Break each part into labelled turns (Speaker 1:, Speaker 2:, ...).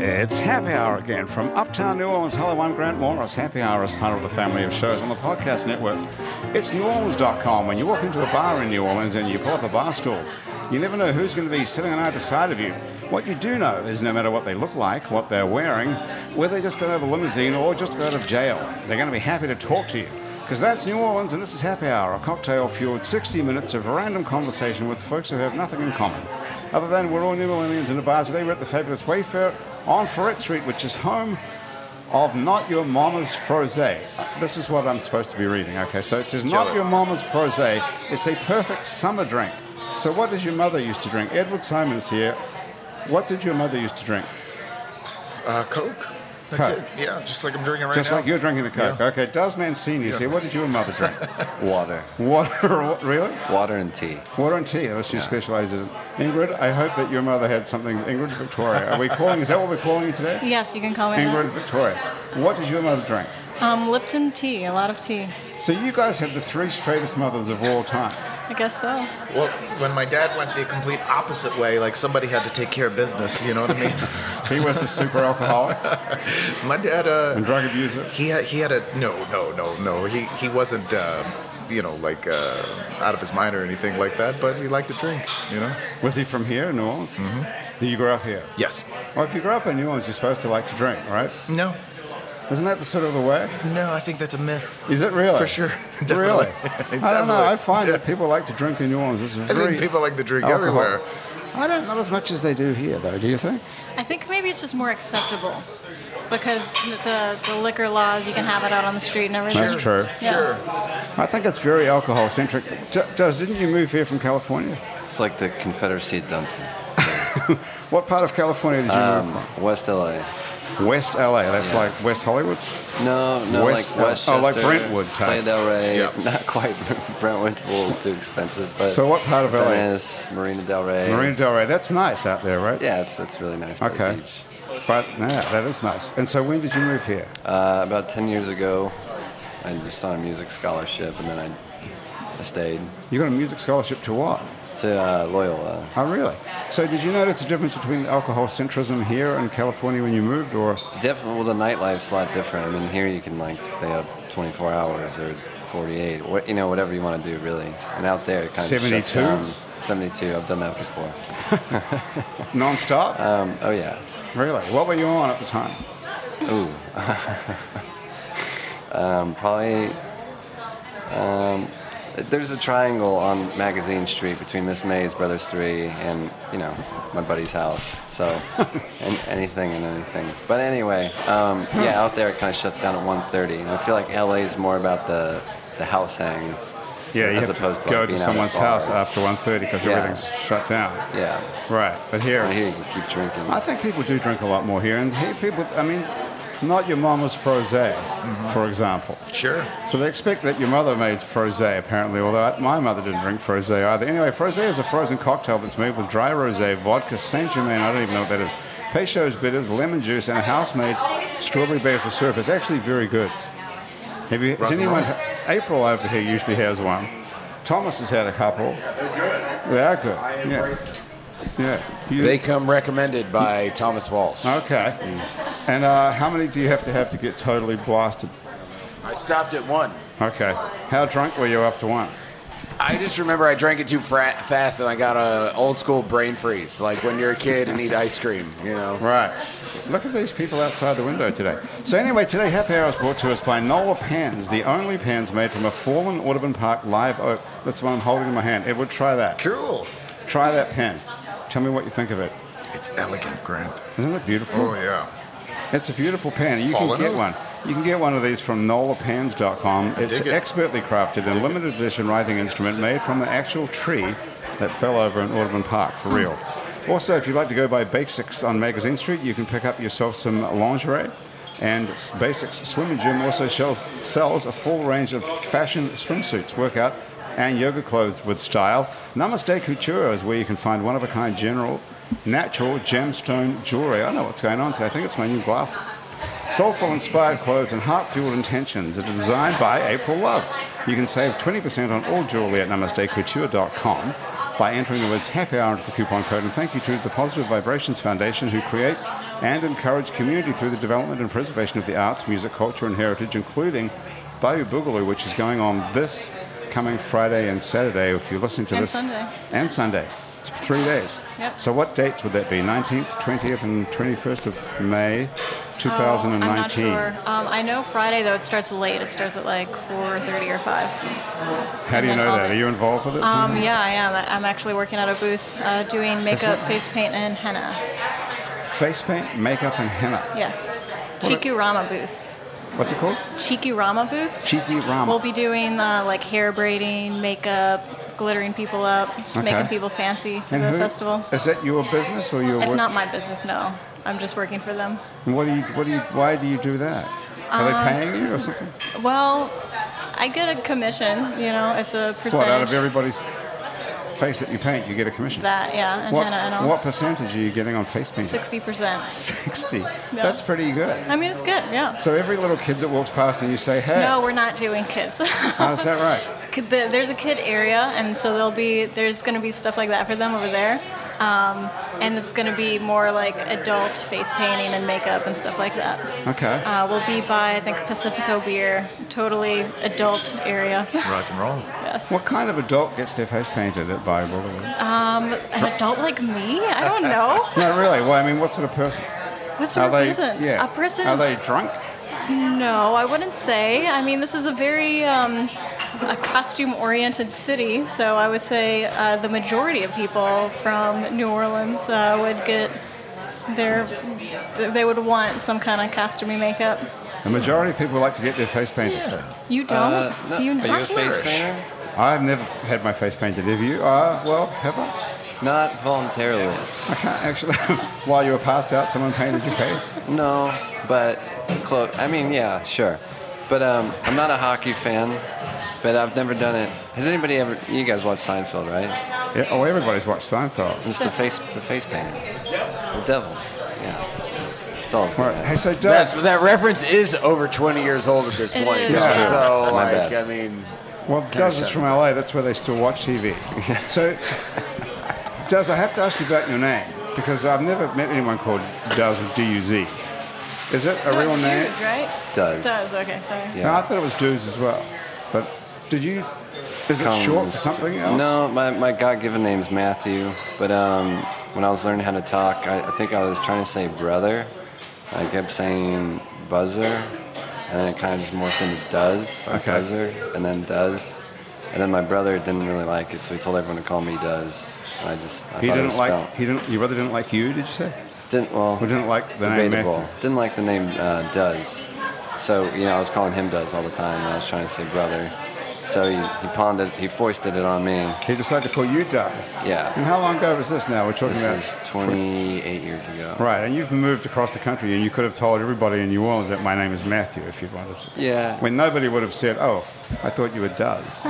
Speaker 1: It's Happy Hour again from Uptown New Orleans. Hello, I'm Grant Morris. Happy Hour is part of the family of shows on the podcast network. It's neworleans.com. When you walk into a bar in New Orleans and you pull up a bar stool, you never know who's going to be sitting on either side of you. What you do know is no matter what they look like, what they're wearing, whether they just got out of a limousine or just got out of jail, they're going to be happy to talk to you. Because that's New Orleans and this is Happy Hour, a cocktail fueled 60 minutes of random conversation with folks who have nothing in common. Other than we're all New Orleanians in a bar today, we're at the fabulous Wayfair on Ferret Street, which is home of Not Your Mama's Frosé. This is what I'm supposed to be reading. Okay, so it says Not Your Mama's Frosé. It's a perfect summer drink. So what does your mother used to drink? Edward Simon's here. What did your mother used to drink?
Speaker 2: Uh, Coke. That's
Speaker 1: Coke.
Speaker 2: it. Yeah, just like I'm drinking right
Speaker 1: Just
Speaker 2: now.
Speaker 1: like you're drinking a Coke. Okay, Does Mancini is here. What did your mother drink?
Speaker 3: Water.
Speaker 1: Water, really?
Speaker 3: Water and tea.
Speaker 1: Water and tea. That was she specializes in. Ingrid, I hope that your mother had something. Ingrid Victoria. Are we calling? Is that what we're calling you today?
Speaker 4: Yes, you can call me
Speaker 1: Ingrid Victoria. What does your mother drink?
Speaker 4: that. Um, Lipton tea, a lot of tea.
Speaker 1: So you guys have the three straightest mothers of all time.
Speaker 4: I guess so.
Speaker 2: Well, when my dad went the complete opposite way, like somebody had to take care of business. You know what I mean?
Speaker 1: He was a super alcoholic
Speaker 2: my dad,
Speaker 1: and
Speaker 2: uh,
Speaker 1: drug abuser.
Speaker 2: he had he had a no, no, no, no. He he wasn't, uh, you know, like uh, out of his mind or anything like that. But he liked to drink. You know.
Speaker 1: Was he from here, New Orleans? Mm-hmm. You grew up here.
Speaker 2: Yes.
Speaker 1: Well, if you grew up in New Orleans, you're supposed to like to drink, right?
Speaker 2: No.
Speaker 1: Isn't that the sort of the way?
Speaker 2: No, I think that's a myth.
Speaker 1: Is it really?
Speaker 2: For sure.
Speaker 1: Really?
Speaker 2: Definitely.
Speaker 1: I don't know.
Speaker 2: Definitely.
Speaker 1: I find that people like to drink in New Orleans. It's
Speaker 2: I
Speaker 1: very
Speaker 2: think people like to drink
Speaker 1: alcohol.
Speaker 2: everywhere.
Speaker 1: I don't not as much as they do here, though. Do you think?
Speaker 4: I think maybe it's just more acceptable because the, the liquor laws, you can have it out on the street and everything.
Speaker 1: That's true.
Speaker 4: Yeah.
Speaker 2: Sure.
Speaker 1: I think it's very alcohol centric. D- Does didn't you move here from California?
Speaker 3: It's like the Confederacy of dunces.
Speaker 1: What part of California did you move
Speaker 3: Um, West LA.
Speaker 1: from? West LA. That's
Speaker 3: yeah.
Speaker 1: like West Hollywood.
Speaker 3: No, no,
Speaker 1: West-
Speaker 3: like Westchester.
Speaker 1: oh, like Brentwood type.
Speaker 3: Playa del Rey.
Speaker 2: Yeah.
Speaker 3: Not quite. Brentwood's a little too expensive. But
Speaker 1: So what part of LA?
Speaker 3: Venice, Marina del Rey.
Speaker 1: Marina Del Rey. That's nice out there, right?
Speaker 3: Yeah, it's, it's really nice. by the
Speaker 1: Okay.
Speaker 3: beach.
Speaker 1: But yeah, that is nice. And so when did you move here?
Speaker 3: Uh, about 10 years ago, I was on a music scholarship, and then I, I stayed
Speaker 1: You got a music scholarship to what?
Speaker 3: to uh, Loyola.
Speaker 1: Oh, really? So did you notice the difference between alcohol centrism here and California when you moved, or
Speaker 3: Definitely, well, the nightlife's a lot different. I mean, here you can like stay up 24 hours or 48, what, you know, whatever you want to do, really. And out there, it kind of shuts
Speaker 1: 72?
Speaker 3: down. 72. I've done that before.
Speaker 1: nonstop?
Speaker 3: Um, oh yeah.
Speaker 1: really? What were you on at the time?
Speaker 3: Ooh. um, probably. Um, there's a triangle on Magazine Street between Miss May's Brothers Three and you know my buddy's house. So, and anything and anything. But anyway, um, yeah, out there it kind of shuts down at 1:30, and I feel like LA is more about the the house hang.
Speaker 1: Yeah, you
Speaker 3: as
Speaker 1: have
Speaker 3: opposed
Speaker 1: to
Speaker 3: to,
Speaker 1: go
Speaker 3: like,
Speaker 1: to
Speaker 3: being out at
Speaker 1: someone's house
Speaker 3: bars.
Speaker 1: after 1.30 because
Speaker 3: Yeah.
Speaker 1: everything's shut down.
Speaker 3: Yeah.
Speaker 1: Right, but here,
Speaker 3: But here you can keep drinking.
Speaker 1: I think people do drink a lot more here, and here people, I mean, not your mama's frosé,
Speaker 3: Mm-hmm.
Speaker 1: for example.
Speaker 2: Sure.
Speaker 1: So they expect that your mother made frosé, apparently, although I- my mother didn't drink frosé either. Anyway, frosé is a frozen cocktail that's made with dry rosé, vodka, Saint-Germain, I don't even know what that is, Peychaud's bitters, lemon juice, and a house-made strawberry basil syrup. It's actually very good. Have you, has
Speaker 2: Rock and roll.
Speaker 1: anyone, April over here usually has one. Thomas has had a couple. They are good. I embrace yeah. Yeah. You-
Speaker 5: They come recommended by Thomas Walsh.
Speaker 1: Okay. And uh, how many do you have to have to get totally blasted?
Speaker 5: I stopped at one.
Speaker 1: Okay. How drunk were you after one?
Speaker 5: I just remember I drank it too fra- fast and I got a old school brain freeze, like when you're a kid and eat ice cream, you know.
Speaker 1: Right. Look at these people outside the window today. So anyway, today Happy Hour is brought to us by Nola Pans, the only pans made from a fallen Audubon Park live oak. That's the one I'm holding in my hand. Edward, try that.
Speaker 2: Cool.
Speaker 1: Try that pan. Tell me what you think of it.
Speaker 2: It's elegant, Grant.
Speaker 1: Isn't it beautiful?
Speaker 2: Oh yeah.
Speaker 1: It's a beautiful pan. You
Speaker 2: Fallen
Speaker 1: can get
Speaker 2: oak.
Speaker 1: one. You can get one of these from nolapans.com. It's
Speaker 2: Dig it.
Speaker 1: expertly crafted and limited edition writing instrument made from the actual tree that fell over in Audubon Park,
Speaker 2: Hmm.
Speaker 1: for real. Also, if you'd like to go by Basics on Magazine Street, you can pick up yourself some lingerie. And Basics Swimming Gym also sells, sells a full range of fashion swimsuits, workout, and yoga clothes with style. Namaste Couture is where you can find one of a kind general natural gemstone jewelry. I don't know what's going on today. I think it's my new glasses. Soulful inspired clothes and heart fueled intentions are designed by April Love. You can save 20% on all jewelry at namastecouture.com by entering the words happy hour into the coupon code. And thank you to the Positive Vibrations Foundation who create and encourage community through the development and preservation of the arts, music, culture, and heritage, including Bayou Boogaloo, which is going on this coming Friday and Saturday. If you're listening to
Speaker 4: And
Speaker 1: this,
Speaker 4: Sunday.
Speaker 1: and Sunday, it's three days.
Speaker 4: Yep.
Speaker 1: So what dates would that be? 19th, 20th, and 21st of May,
Speaker 4: Oh,
Speaker 1: 2019.
Speaker 4: I'm not sure. Um, I know Friday though it starts late. It starts at like 4:30 or 5.
Speaker 1: How do you know that? Are you involved with it?
Speaker 4: Um,
Speaker 1: somehow?
Speaker 4: yeah, I am. I- I'm actually working at a booth uh, doing makeup,
Speaker 1: that-
Speaker 4: face paint, and henna.
Speaker 1: Face paint, makeup, and henna.
Speaker 4: Yes,
Speaker 1: What a-
Speaker 4: Chikurama booth.
Speaker 1: What's it called?
Speaker 4: Chikurama booth.
Speaker 1: Cheeky Rama.
Speaker 4: We'll be doing uh, like hair braiding, makeup, glittering people up, just
Speaker 1: Okay.
Speaker 4: making people fancy for the
Speaker 1: who-
Speaker 4: festival.
Speaker 1: Is that your business or your?
Speaker 4: It's
Speaker 1: work-
Speaker 4: not my business, no. I'm just working for them.
Speaker 1: And What do you? What do you? Why do you do that? Are
Speaker 4: Um,
Speaker 1: they paying you or something?
Speaker 4: Well, I get a commission. You know, it's a percentage.
Speaker 1: What out of everybody's face that you paint, you get a commission.
Speaker 4: that, yeah, and
Speaker 1: what,
Speaker 4: henna and all.
Speaker 1: what percentage are you getting on face paint?
Speaker 4: 60%.
Speaker 1: Sixty. That's pretty good.
Speaker 4: I mean, it's good, yeah.
Speaker 1: So every little kid that walks past and you say, "Hey,"
Speaker 4: No, we're not doing kids.
Speaker 1: oh, is that right?
Speaker 4: Kid- the- there's a kid area, and so there'll be there's going to be stuff like that for them over there, um, and it's going to be more like adult face painting and makeup and stuff like that.
Speaker 1: Okay.
Speaker 4: Uh, we'll be by I think Pacifico Beer, totally adult area.
Speaker 2: Rock and roll.
Speaker 4: yes,
Speaker 1: what kind of adult gets their face painted at Bio Boogaloo?
Speaker 4: an adult like me? I don't know.
Speaker 1: no, really. Well, I mean, what sort of person?
Speaker 4: What sort
Speaker 1: are
Speaker 4: of
Speaker 1: they?
Speaker 4: person?
Speaker 1: Yeah.
Speaker 4: A person?
Speaker 1: Are they drunk?
Speaker 4: No, I wouldn't say. I mean, this is a very um, a costume-oriented city, so I would say uh, the majority of people from New Orleans uh, would get their they would want some kind of costumey makeup.
Speaker 1: The majority of people like to get their face painted.
Speaker 4: You don't? Do
Speaker 3: Are you
Speaker 4: you
Speaker 3: a
Speaker 4: not?
Speaker 3: face painter?
Speaker 1: I've never had my face painted. Have you? Uh, well, have I?
Speaker 3: Not voluntarily.
Speaker 1: I can't actually. While you were passed out, someone painted your face.
Speaker 3: No, but close. I mean, yeah, sure. But um, I'm not a hockey fan. But I've never done it. Has anybody ever? You guys watch Seinfeld, right?
Speaker 1: Yeah, oh, everybody's watched Seinfeld.
Speaker 3: It's the face, the face painter, the devil. Yeah, it's all. it's
Speaker 1: All
Speaker 3: good
Speaker 1: right.
Speaker 3: at.
Speaker 1: Hey, so
Speaker 5: That,
Speaker 1: Doug.
Speaker 5: that reference is over 20 years old at this
Speaker 4: It
Speaker 5: point.
Speaker 4: is,
Speaker 5: though.
Speaker 1: yeah.
Speaker 5: So,
Speaker 3: My
Speaker 5: like, uh, I
Speaker 3: bad.
Speaker 5: mean,
Speaker 1: Well, Does is from LA. That's where they still watch TV. So, Does, I have to ask you about your name because I've never met anyone called Does with D U Z. Is it a
Speaker 4: No,
Speaker 1: real
Speaker 4: it's
Speaker 1: name?
Speaker 4: Jews, right?
Speaker 3: It does.
Speaker 4: Does okay, sorry.
Speaker 3: Yeah.
Speaker 1: No, I thought it was Dues as well. But did you? Is it short for
Speaker 3: Collins.
Speaker 1: something else?
Speaker 3: Um, No, my, my God-given name's Matthew. But um, when I was learning how to talk, I, I think I was trying to say brother. I kept saying buzzer, and then it kind of just morphed into does or
Speaker 1: Okay.
Speaker 3: buzzer, and then does. And then my brother didn't really like it, so he told everyone to call me does. And I just I
Speaker 1: He
Speaker 3: thought it
Speaker 1: didn't
Speaker 3: was
Speaker 1: like.
Speaker 3: spelled-
Speaker 1: He didn't. Your brother didn't like you. Did you say?
Speaker 3: didn't well
Speaker 1: Or didn't like the name
Speaker 3: debatable.
Speaker 1: Matthew?
Speaker 3: Didn't like the name uh, Does. So you know, I was calling him Does all the time. And I was trying to say brother. So he, he pawned it. He foisted it on me.
Speaker 1: He decided to call you Does.
Speaker 3: Yeah.
Speaker 1: And how long ago was this? Now we're talking
Speaker 3: This
Speaker 1: about.
Speaker 3: is 28 years ago.
Speaker 1: Right, and you've moved across the country, and you could have told everybody in New Orleans that my name is Matthew if you'd wanted to.
Speaker 3: Yeah.
Speaker 1: When nobody would have said, "Oh, I thought you were Does."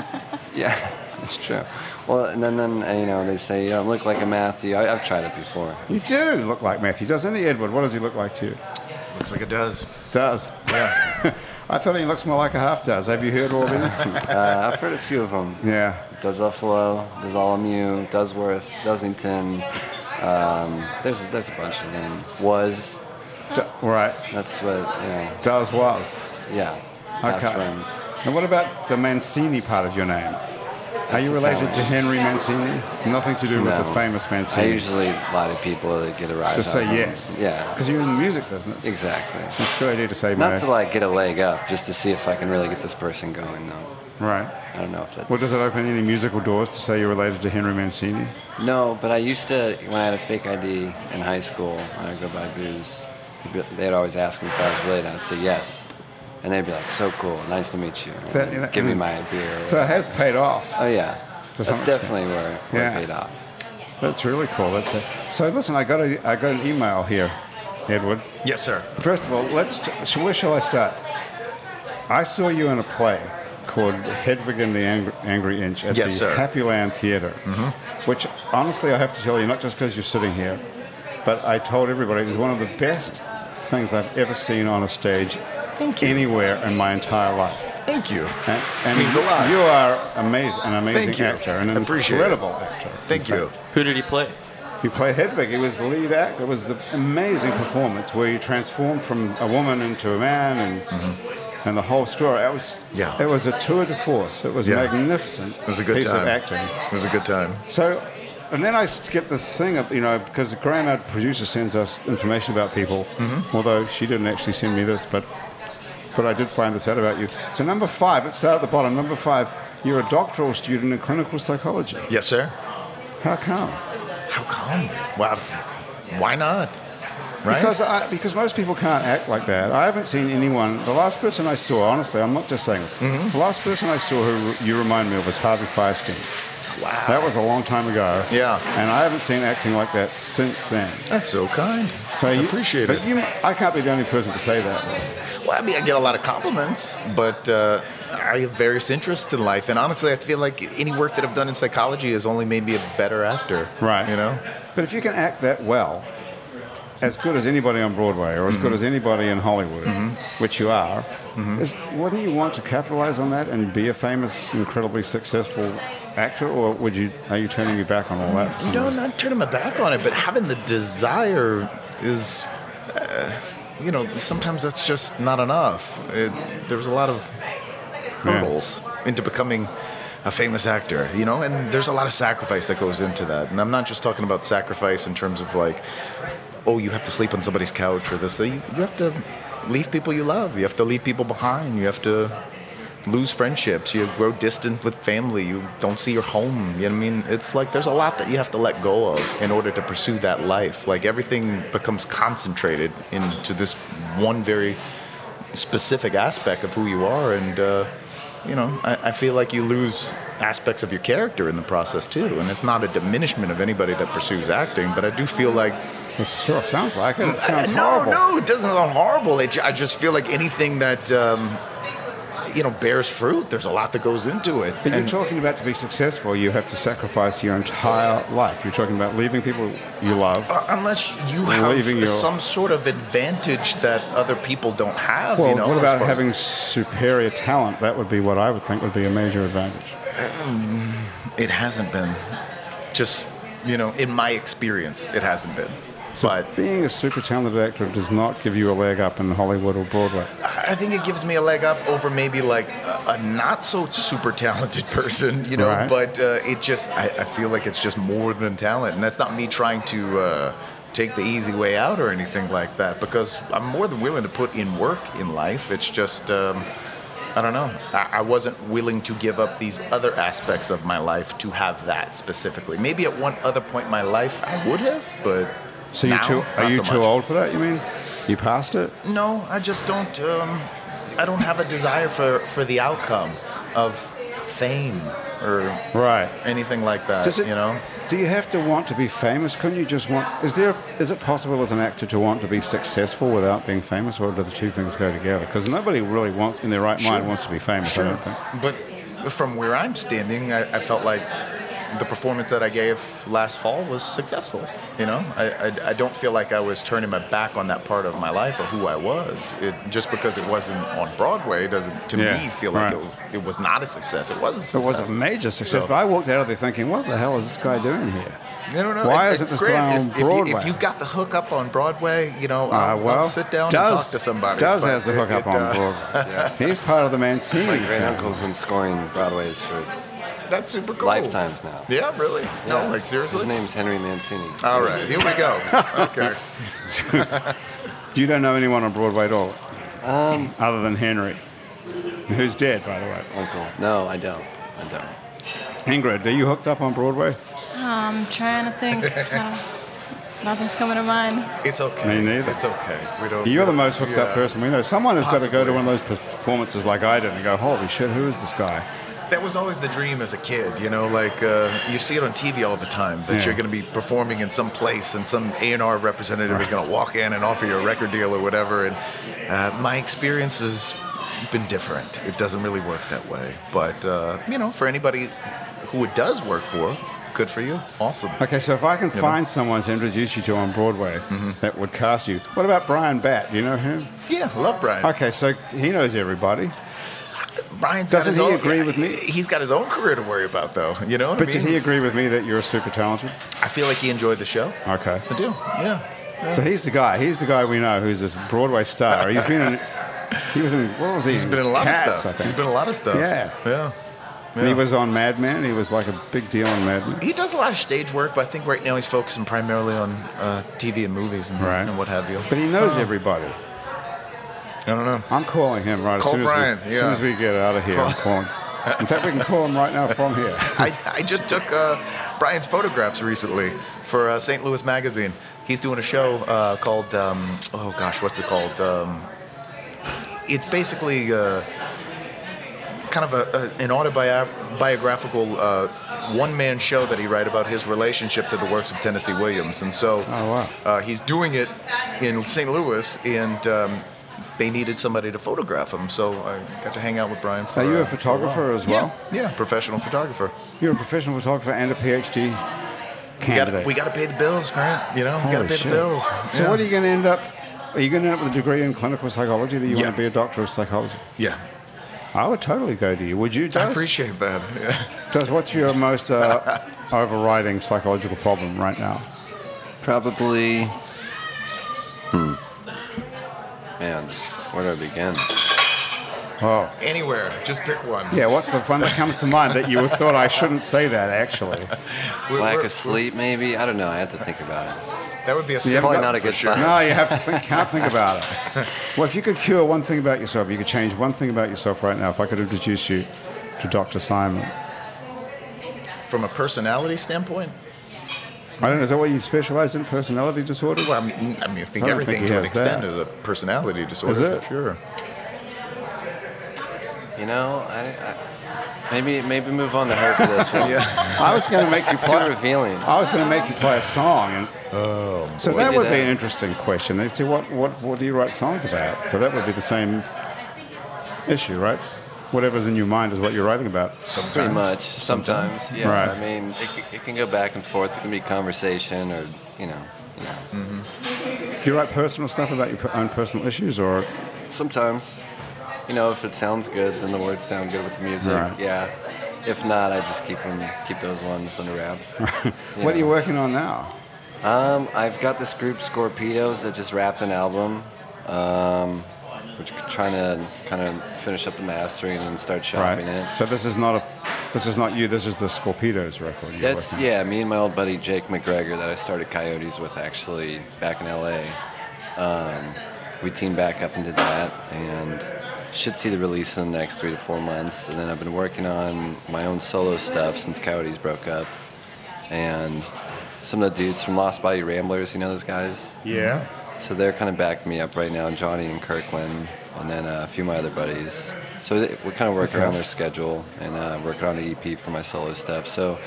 Speaker 3: Yeah, that's true. Well, and then, then uh, you know they say you don't look like a Matthew. I, I've tried it before.
Speaker 1: you do look like Matthew, doesn't he, Edward? What does he look like to you?
Speaker 2: Looks like it does.
Speaker 1: Does.
Speaker 2: Yeah.
Speaker 1: I thought he looks more like a half does. Have you heard all this?
Speaker 3: Uh, I've heard a few of them.
Speaker 1: yeah.
Speaker 3: Does Uffalo, Does Alamu, Doesworth, Doesington. Um, there's there's a bunch of them. Was
Speaker 1: D- right.
Speaker 3: that's what you know.
Speaker 1: Does was.
Speaker 3: Yeah. Best
Speaker 1: Okay.
Speaker 3: friends.
Speaker 1: And what about the Mancini part of your name? Are
Speaker 3: That's
Speaker 1: you related
Speaker 3: Italian.
Speaker 1: to Henry Mancini? Nothing to do with the
Speaker 3: No.
Speaker 1: famous
Speaker 3: I
Speaker 1: Mancini.
Speaker 3: usually lie to people that get a rise.
Speaker 1: just say
Speaker 3: out of them.
Speaker 1: yes.
Speaker 3: Yeah.
Speaker 1: Because you're in the music business.
Speaker 3: Exactly.
Speaker 1: It's a good idea to say my.
Speaker 3: Not to like get a leg up, just to see if I can really get this person going though.
Speaker 1: right.
Speaker 3: I don't know if that's.
Speaker 1: Well, does it open any musical doors to say you're related to Henry Mancini?
Speaker 3: No, but I used to when I had a fake ID in high school when I go buy booze. people- They'd always ask me if I was related. I'd say yes, and they'd be like, "So cool, nice to meet you." and
Speaker 1: That-
Speaker 3: then
Speaker 1: that- mm.
Speaker 3: give me my beer.
Speaker 1: So it has paid off.
Speaker 3: oh yeah,
Speaker 1: To some
Speaker 3: that's
Speaker 1: extent.
Speaker 3: definitely where where
Speaker 1: Yeah.
Speaker 3: it paid off.
Speaker 1: That's really cool. That's it. So listen, I got a, I got an email here, Edward.
Speaker 2: Yes, sir.
Speaker 1: First of all, let's. So where shall I start? I saw you in a play called Hedwig and the Angry, Angry Inch at
Speaker 2: Yes,
Speaker 1: the
Speaker 2: sir. Mm-hmm.
Speaker 1: Happy Land Theatre, which honestly I have to tell you, not just because you're sitting here, but I told everybody it was one of the best things I've ever seen on a stage
Speaker 2: Thank you.
Speaker 1: anywhere in my entire life.
Speaker 2: Thank you.
Speaker 1: And, and
Speaker 2: Means a lot.
Speaker 1: You are amazing, an amazing
Speaker 2: Thank you.
Speaker 1: actor, an
Speaker 2: Appreciate it.
Speaker 1: incredible actor.
Speaker 2: Thank you.
Speaker 6: Who did he play?
Speaker 1: You played Hedwig. It was the lead act. It was the amazing performance where you transformed from a woman into a man and and the whole story. It was
Speaker 2: Mm-hmm. Yeah.
Speaker 1: it was a tour de force. It was
Speaker 2: Yeah.
Speaker 1: magnificent.
Speaker 2: It was a good
Speaker 1: piece
Speaker 2: time.
Speaker 1: of acting.
Speaker 2: It was a good time.
Speaker 1: So, and then I skipped this thing of, you know, because Graham, our producer, sends us information about people,
Speaker 2: Mm-hmm.
Speaker 1: although she didn't actually send me this, but but I did find this out about you. So, number five, let's start at the bottom. Number five, you're a doctoral student in clinical psychology.
Speaker 2: Yes, sir.
Speaker 1: How come?
Speaker 2: How come? Wow. Why not? Right?
Speaker 1: Because I, because most people can't act like that. I haven't seen anyone. The last person I saw, honestly, I'm not just saying this.
Speaker 2: Mm-hmm.
Speaker 1: The last person I saw who you remind me of was Harvey Fierstein.
Speaker 2: wow.
Speaker 1: That was a long time ago.
Speaker 2: Yeah.
Speaker 1: And I haven't seen acting like that since then.
Speaker 2: That's so kind.
Speaker 1: So
Speaker 2: I
Speaker 1: you,
Speaker 2: appreciate
Speaker 1: but
Speaker 2: it.
Speaker 1: You, I can't be the only person to say that.
Speaker 2: Well, I mean, I get a lot of compliments, but uh, I have various interests in life, and honestly, I feel like any work that I've done in psychology has only made me a better actor.
Speaker 1: Right.
Speaker 2: You know.
Speaker 1: But if you can act that well, as good as anybody on Broadway or as good as anybody in Hollywood,
Speaker 2: Mm-hmm.
Speaker 1: which you are, is, wouldn't you want to capitalize on that and be a famous, incredibly successful actor? Or would you? Are you turning your back on all that? for some
Speaker 2: No,
Speaker 1: reason?
Speaker 2: not turning my back on it, but having the desire is, uh, you know, sometimes that's just not enough. It, there's a lot of hurdles into becoming a famous actor, you know, and there's a lot of sacrifice that goes into that. And I'm not just talking about sacrifice in terms of like, oh, you have to sleep on somebody's couch or this. You, you have to leave people you love. You have to leave people behind. You have to lose friendships. You grow distant with family. You don't see your home. You know what I mean? It's like there's a lot that you have to let go of in order to pursue that life. Like everything becomes concentrated into this one very specific aspect of who you are. And, uh, you know, I, I feel like you lose aspects of your character in the process too. And it's not a diminishment of anybody that pursues acting, but I do feel like
Speaker 1: It sure sounds like it. It sounds
Speaker 2: Uh, no,
Speaker 1: horrible.
Speaker 2: no, it doesn't sound horrible. It, ju- I just feel like anything that um, you know bears fruit, there's a lot that goes into it.
Speaker 1: But you're
Speaker 2: And-
Speaker 1: talking about to be successful, you have to sacrifice your entire life. You're talking about leaving people you love.
Speaker 2: uh, unless you
Speaker 1: Leaving your-
Speaker 2: have some sort of advantage that other people don't have.
Speaker 1: Well,
Speaker 2: you know,
Speaker 1: what
Speaker 2: as
Speaker 1: about
Speaker 2: far-
Speaker 1: having superior talent? That would be what I would think would be a major advantage.
Speaker 2: It hasn't been. Just you know, in my experience, it hasn't been. but
Speaker 1: Being a super talented actor does not give you a leg up in Hollywood or Broadway.
Speaker 2: I think it gives me a leg up over maybe like a, a not so super talented person, you know.
Speaker 1: Right.
Speaker 2: But uh, it just, I, I feel like it's just more than talent, and that's not me trying to uh, take the easy way out or anything like that. Because I'm more than willing to put in work in life. It's just, um, I don't know. I, I wasn't willing to give up these other aspects of my life to have that specifically. Maybe at one other point in my life I would have, but
Speaker 1: So you
Speaker 2: now,
Speaker 1: too?
Speaker 2: not
Speaker 1: Are you
Speaker 2: so
Speaker 1: too
Speaker 2: much.
Speaker 1: old for that? You mean? You passed it?
Speaker 2: No, I just don't. Um, I don't have a desire for for the outcome of fame or
Speaker 1: Right.
Speaker 2: anything like that.
Speaker 1: Does it-
Speaker 2: you know,
Speaker 1: Do you have to want to be famous? Couldn't you just want? Is there? Is it possible as an actor to want to be successful without being famous, or do the two things go together? Because nobody really wants, in their right mind, wants to be famous. I don't think.
Speaker 2: But from where I'm standing, I, I felt like the performance that I gave last fall was successful. You know, I, I, I don't feel like I was turning my back on that part of my life or who I was. It, just because it wasn't on Broadway doesn't, to
Speaker 1: Yeah,
Speaker 2: me, feel like
Speaker 1: right.
Speaker 2: it, it was not a success. It was a
Speaker 1: It
Speaker 2: success.
Speaker 1: was a major success,
Speaker 2: So-
Speaker 1: but I walked out of there thinking, "What the hell is this guy doing here?"
Speaker 2: I don't know.
Speaker 1: Why
Speaker 2: And-
Speaker 1: isn't
Speaker 2: and
Speaker 1: this
Speaker 2: Grant,
Speaker 1: guy on
Speaker 2: if,
Speaker 1: Broadway?
Speaker 2: If, you, have got the hook up on Broadway, you know,
Speaker 1: Ah,
Speaker 2: I'll, I'll sit down and talk to somebody.
Speaker 1: Does
Speaker 2: but
Speaker 1: has the
Speaker 2: it-
Speaker 1: hook up
Speaker 2: it,
Speaker 1: on
Speaker 2: uh,
Speaker 1: Broadway. He's part of the Mancini
Speaker 3: My great
Speaker 1: family.
Speaker 3: uncle's been scoring Broadways for
Speaker 2: That's super cool.
Speaker 3: lifetimes now.
Speaker 2: Yeah, really? No, like
Speaker 3: His
Speaker 2: seriously?
Speaker 3: name's Henry Mancini.
Speaker 1: Uh,
Speaker 2: All right, here we go. okay.
Speaker 1: You don't know anyone on Broadway at all,
Speaker 3: Um,
Speaker 1: other than Henry, who's dead, by the way.
Speaker 3: Uncle. No, I don't. I don't.
Speaker 1: Ingrid, are you hooked up on Broadway?
Speaker 4: I'm Um, trying to think. Uh, nothing's coming to mind.
Speaker 2: It's okay.
Speaker 1: Me neither.
Speaker 2: It's okay. We don't.
Speaker 1: You're the most hooked up
Speaker 2: yeah.
Speaker 1: person we know. Someone has got to go to
Speaker 2: Possibly.
Speaker 1: one of those performances like I did and go, "Holy shit, who is this guy?"
Speaker 2: That was always the dream as a kid, you know. Like uh, you see it on TV all the time that
Speaker 1: Yeah.
Speaker 2: you're going to be performing in some place, and some A and R representative is going to walk in and offer you a record deal or whatever. And uh, my experience has been different. It doesn't really work that way. But uh, you know, for anybody who it does work for, good for you. Awesome.
Speaker 1: Okay, so if I can
Speaker 2: know?
Speaker 1: find someone to introduce you to on Broadway that would cast you, what about Brian Batt? Do you know him?
Speaker 2: Yeah, love Brian.
Speaker 1: Okay, so he knows everybody.
Speaker 2: Brian's got
Speaker 1: Doesn't
Speaker 2: his
Speaker 1: he
Speaker 2: own-
Speaker 1: agree with me?
Speaker 2: He's got his own career to worry about, though. You know what
Speaker 1: But
Speaker 2: I
Speaker 1: did
Speaker 2: mean?
Speaker 1: he agree with me that you're super talented?
Speaker 2: I feel like he enjoyed the show.
Speaker 1: Okay.
Speaker 2: I do. Yeah. Yeah.
Speaker 1: So he's the guy. He's the guy we know who's this Broadway star. He's been in. He was in. What was he?
Speaker 2: he's been in a lot
Speaker 1: Cats,
Speaker 2: of stuff.
Speaker 1: I think.
Speaker 2: He's been in a lot of stuff.
Speaker 1: Yeah.
Speaker 2: Yeah.
Speaker 1: And he
Speaker 2: Yeah.
Speaker 1: was on Mad Men. He was like a big deal on Mad Men.
Speaker 2: He does a lot of stage work, but I think right now he's focusing primarily on uh, TV and movies and,
Speaker 1: Right.
Speaker 2: and what have you.
Speaker 1: But he knows everybody.
Speaker 2: I don't know.
Speaker 1: I'm calling him right as,
Speaker 2: Call
Speaker 1: soon as,
Speaker 2: Brian,
Speaker 1: we, as soon
Speaker 2: yeah.
Speaker 1: as we get out of here. I'm calling. In fact, we can call him right now from here.
Speaker 2: I, I just took uh, Brian's photographs recently for uh, St. Louis Magazine. He's doing a show uh, called, um, oh gosh, what's it called? Um, it's basically uh, kind of a, a, an autobiographical uh, one man show that he write about his relationship to the works of Tennessee Williams. And so
Speaker 1: Oh, wow.
Speaker 2: uh, he's doing it in St. Louis, and um, they needed somebody to photograph him. So I got to hang out with Brian for
Speaker 1: Are you
Speaker 2: uh,
Speaker 1: a photographer as
Speaker 2: yeah,
Speaker 1: well?
Speaker 2: yeah, professional photographer.
Speaker 1: You're a professional photographer and a PhD
Speaker 2: We gotta,
Speaker 1: candidate.
Speaker 2: we gotta pay the bills, Grant. You know, we
Speaker 1: Holy
Speaker 2: gotta pay
Speaker 1: shit.
Speaker 2: the bills.
Speaker 1: So what are you going to end up? Are you going to end up with a degree in clinical psychology that you
Speaker 2: Yeah.
Speaker 1: want to be a doctor of psychology?
Speaker 2: Yeah,
Speaker 1: I would totally go to you. Would you, Does?
Speaker 2: I appreciate that. Yeah.
Speaker 1: Does, what's your most uh, overriding psychological problem right now?
Speaker 3: Probably. Hmm. Man, where do I begin?
Speaker 1: Oh.
Speaker 2: Anywhere, just pick one.
Speaker 1: Yeah, what's the one that comes to mind that you would thought I shouldn't say that, actually?
Speaker 2: We're-
Speaker 3: Lack
Speaker 2: we're-
Speaker 3: of sleep, maybe? I don't know. I have to think about it.
Speaker 2: That would be a
Speaker 1: You haven't
Speaker 3: Probably
Speaker 1: got-
Speaker 3: not a good sign.
Speaker 1: No, you have to think, can't think about it. Well, if you could cure one thing about yourself, you could change one thing about yourself right now. If I could introduce you to Dr. Simon.
Speaker 2: from a personality standpoint.
Speaker 1: I don't know, is that why you specialize in personality disorders?
Speaker 2: Well, I mean, I mean, I think
Speaker 1: I don't
Speaker 2: everything
Speaker 1: think he
Speaker 2: to an
Speaker 1: has that.
Speaker 2: extent is a personality disorder.
Speaker 1: Is it?
Speaker 2: for Sure.
Speaker 3: You know, I, I maybe maybe move on to her for this one.
Speaker 2: Yeah.
Speaker 1: I was going to make you
Speaker 3: It's too
Speaker 1: play.
Speaker 3: revealing.
Speaker 1: I was going to make you play a song, and oh, so
Speaker 3: boy.
Speaker 1: that
Speaker 3: Do
Speaker 1: would be
Speaker 3: that.
Speaker 1: an interesting question. They say, what, what, what do you write songs about? So that would be the same issue, right? Whatever's in your mind is what you're writing about.
Speaker 3: Pretty
Speaker 2: Sometimes.
Speaker 3: much. Sometimes. Yeah.
Speaker 1: Right.
Speaker 3: I mean, it, c- it can go back and forth. It can be conversation or, you know, you know.
Speaker 1: Do you write personal stuff about your per- own personal issues, or
Speaker 3: Sometimes. You know, if it sounds good, then the words sound good with the music.
Speaker 1: Right.
Speaker 3: Yeah. If not, I just keep 'em- keep those ones under wraps.
Speaker 1: what are you working on now?
Speaker 3: Um, I've got this group Scorpedos that just wrapped an album. Um, which trying to kind of finish up the mastering and start shopping
Speaker 1: right.
Speaker 3: it.
Speaker 1: So this is not a, this is not you. This is the Scorpedos record. You're
Speaker 3: That's
Speaker 1: working on.
Speaker 3: yeah. Me and my old buddy Jake McGregor that I started Coyotes with actually back in LA. Um, we teamed back up and did that, and should see the release in the next three to four months. And then I've been working on my own solo stuff since Coyotes broke up, and some of the dudes from Lost Body Ramblers, you know those guys.
Speaker 1: Yeah.
Speaker 3: So they're kind of backing me up right now, Johnny and Kirkland, and then uh, a few of my other buddies. So th- we're kind of working
Speaker 1: Okay.
Speaker 3: on their schedule and uh, working on an EP for my solo stuff. So,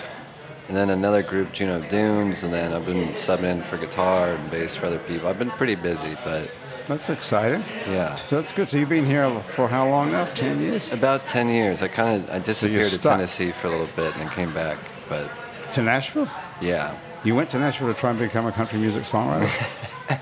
Speaker 3: and then another group, Juno Dooms, and then I've been subbing in for guitar and bass for other people. I've been pretty busy, but
Speaker 1: That's exciting.
Speaker 3: yeah,
Speaker 1: So that's good. So you've been here for how long now? Ten years.
Speaker 3: about 10 years. I kind of I disappeared to
Speaker 1: stuck.
Speaker 3: Tennessee for a little bit and then came back, but
Speaker 1: To Nashville.
Speaker 3: yeah.
Speaker 1: You went to Nashville to try and become a country music songwriter.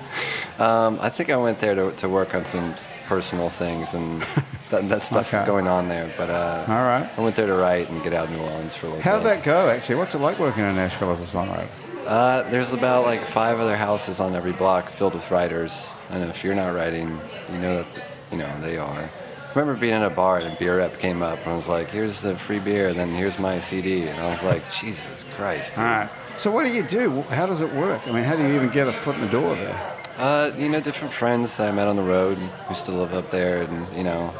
Speaker 3: Um, I think I went there to, to work on some s- personal things and that, that stuff
Speaker 1: Okay.
Speaker 3: is going on there. But uh,
Speaker 1: All right.
Speaker 3: I went there to write and get out of New Orleans for a little
Speaker 1: How'd
Speaker 3: bit.
Speaker 1: that go? Actually, what's it like working in Nashville as a songwriter?
Speaker 3: Uh, there's about like five other houses on every block filled with writers, and if you're not writing, you know that you know they are. I remember being in a bar and a beer rep came up and was like, "Here's the free beer, then here's my CD," and I was like, "Jesus Christ!"
Speaker 1: All
Speaker 3: dude."
Speaker 1: right. So what do you do? How does it work? I mean, how do you even get a foot in the door there?
Speaker 3: Uh, you know, different friends that I met on the road who still live up there, and you know,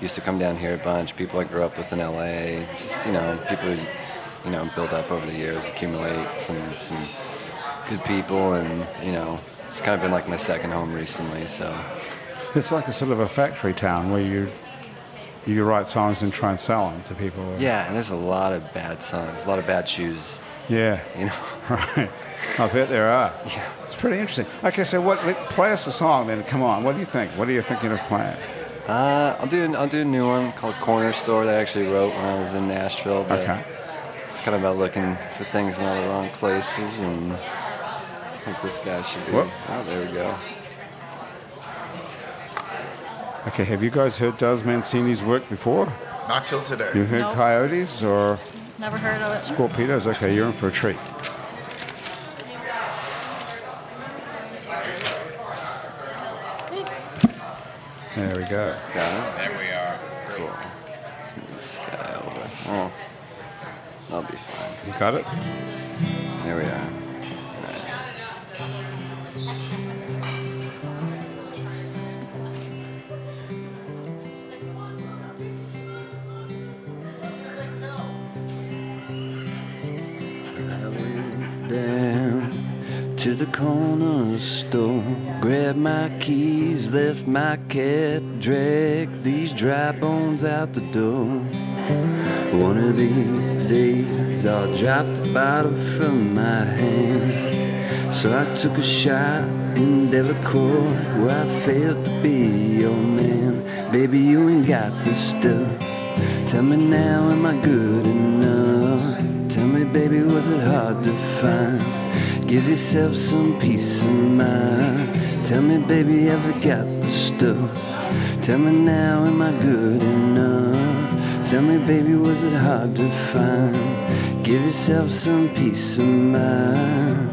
Speaker 3: used to come down here a bunch. People I grew up with in LA, just you know, people who, you know build up over the years, accumulate some some good people, and you know, it's kind of been like my second home recently. So
Speaker 1: It's like a sort of a factory town where you you write songs and try and sell them to people.
Speaker 3: yeah, and there's a lot of bad songs, a lot of bad shoes,
Speaker 1: Yeah.
Speaker 3: you know.
Speaker 1: Right. I bet there are.
Speaker 3: Yeah.
Speaker 1: It's pretty interesting. Okay, so what? let- Play us the song then. Come on. What do you think? What are you thinking of playing?
Speaker 3: Uh, I'll do an, I'll do a new one called Corner Store that I actually wrote when I was in Nashville. But
Speaker 1: Okay.
Speaker 3: It's kind of about looking for things in all the wrong places, and I think this guy should be.
Speaker 1: Whoop.
Speaker 3: Oh, there we go.
Speaker 1: Okay. Have you guys heard Does Mancini's work before?
Speaker 2: Not till today.
Speaker 1: You've heard
Speaker 4: Nope.
Speaker 1: coyotes or
Speaker 4: Never heard of it.
Speaker 1: torpedoes? Okay, you're in for a treat. There we go.
Speaker 3: Got it.
Speaker 2: There we are. Cool.
Speaker 3: Smooth sky over. Oh, I'll be fine.
Speaker 1: You got it?
Speaker 3: There we are. I went down to the corner store, grabbed my keys, left my cab, dragged these dry bones out the door. One of these days I'll drop the bottle from my hand. So I took a shot in Delacorte where I failed to be your man. Baby, you ain't got this stuff. Tell me now, am I good enough? Tell me, baby, was it hard to find? Give yourself some peace of mind. Tell me, baby, have you got the stuff? Tell me now, am I good enough? Tell me, baby, was it hard to find? Give yourself some peace of mind.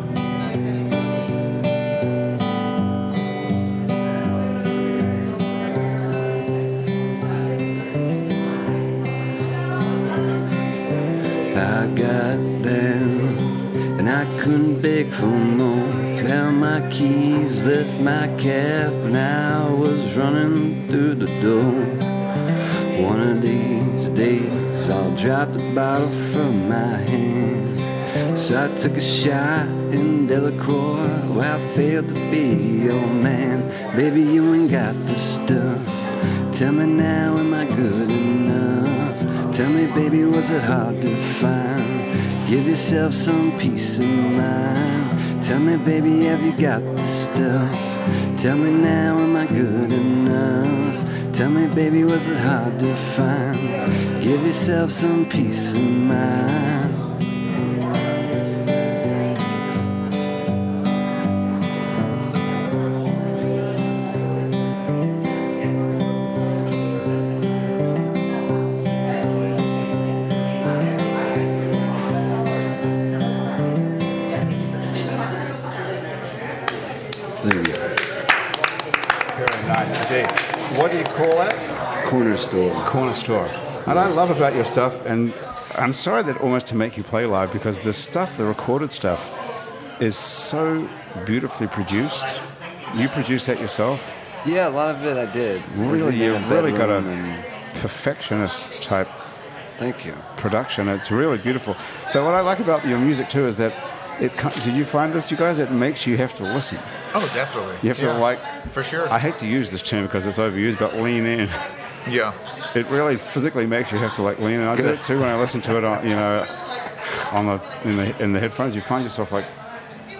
Speaker 3: I got down and I couldn't beg for more. Found my keys, left my cap, and I was running through the door. One of these days I'll drop the bottle from my hand. So I took a shot in Delacorte where I failed to be your man. Baby, you ain't got the stuff. Tell me now, am I good enough? Tell me, baby, was it hard to find? Give yourself some peace of mind. Tell me, baby, have you got the stuff? Tell me now, am I good enough? Tell me, baby, was it hard to find? Give yourself some peace of mind. There we go.
Speaker 1: Very nice indeed. What do you call it?
Speaker 3: Corner store.
Speaker 1: Corner store. And I love about your stuff, and I'm sorry that almost to make you play live because the stuff, the recorded stuff, is so beautifully produced. You produce that yourself.
Speaker 3: Yeah, a lot of it I did.
Speaker 1: Really,
Speaker 3: It was in
Speaker 1: you've really got
Speaker 3: bedroom
Speaker 1: a
Speaker 3: and-
Speaker 1: perfectionist type
Speaker 3: Thank you.
Speaker 1: production. It's really beautiful. But what I like about your music too is that it. co- Did you find this, you guys? It makes you have to listen.
Speaker 2: Oh, definitely.
Speaker 1: You have
Speaker 2: Yeah.
Speaker 1: to like.
Speaker 2: For sure.
Speaker 1: I hate to use this term because it's overused, but lean in.
Speaker 2: yeah.
Speaker 1: It really physically makes you have to like lean in. I do that too when I listen to it on you know, on the in the in the headphones. You find yourself like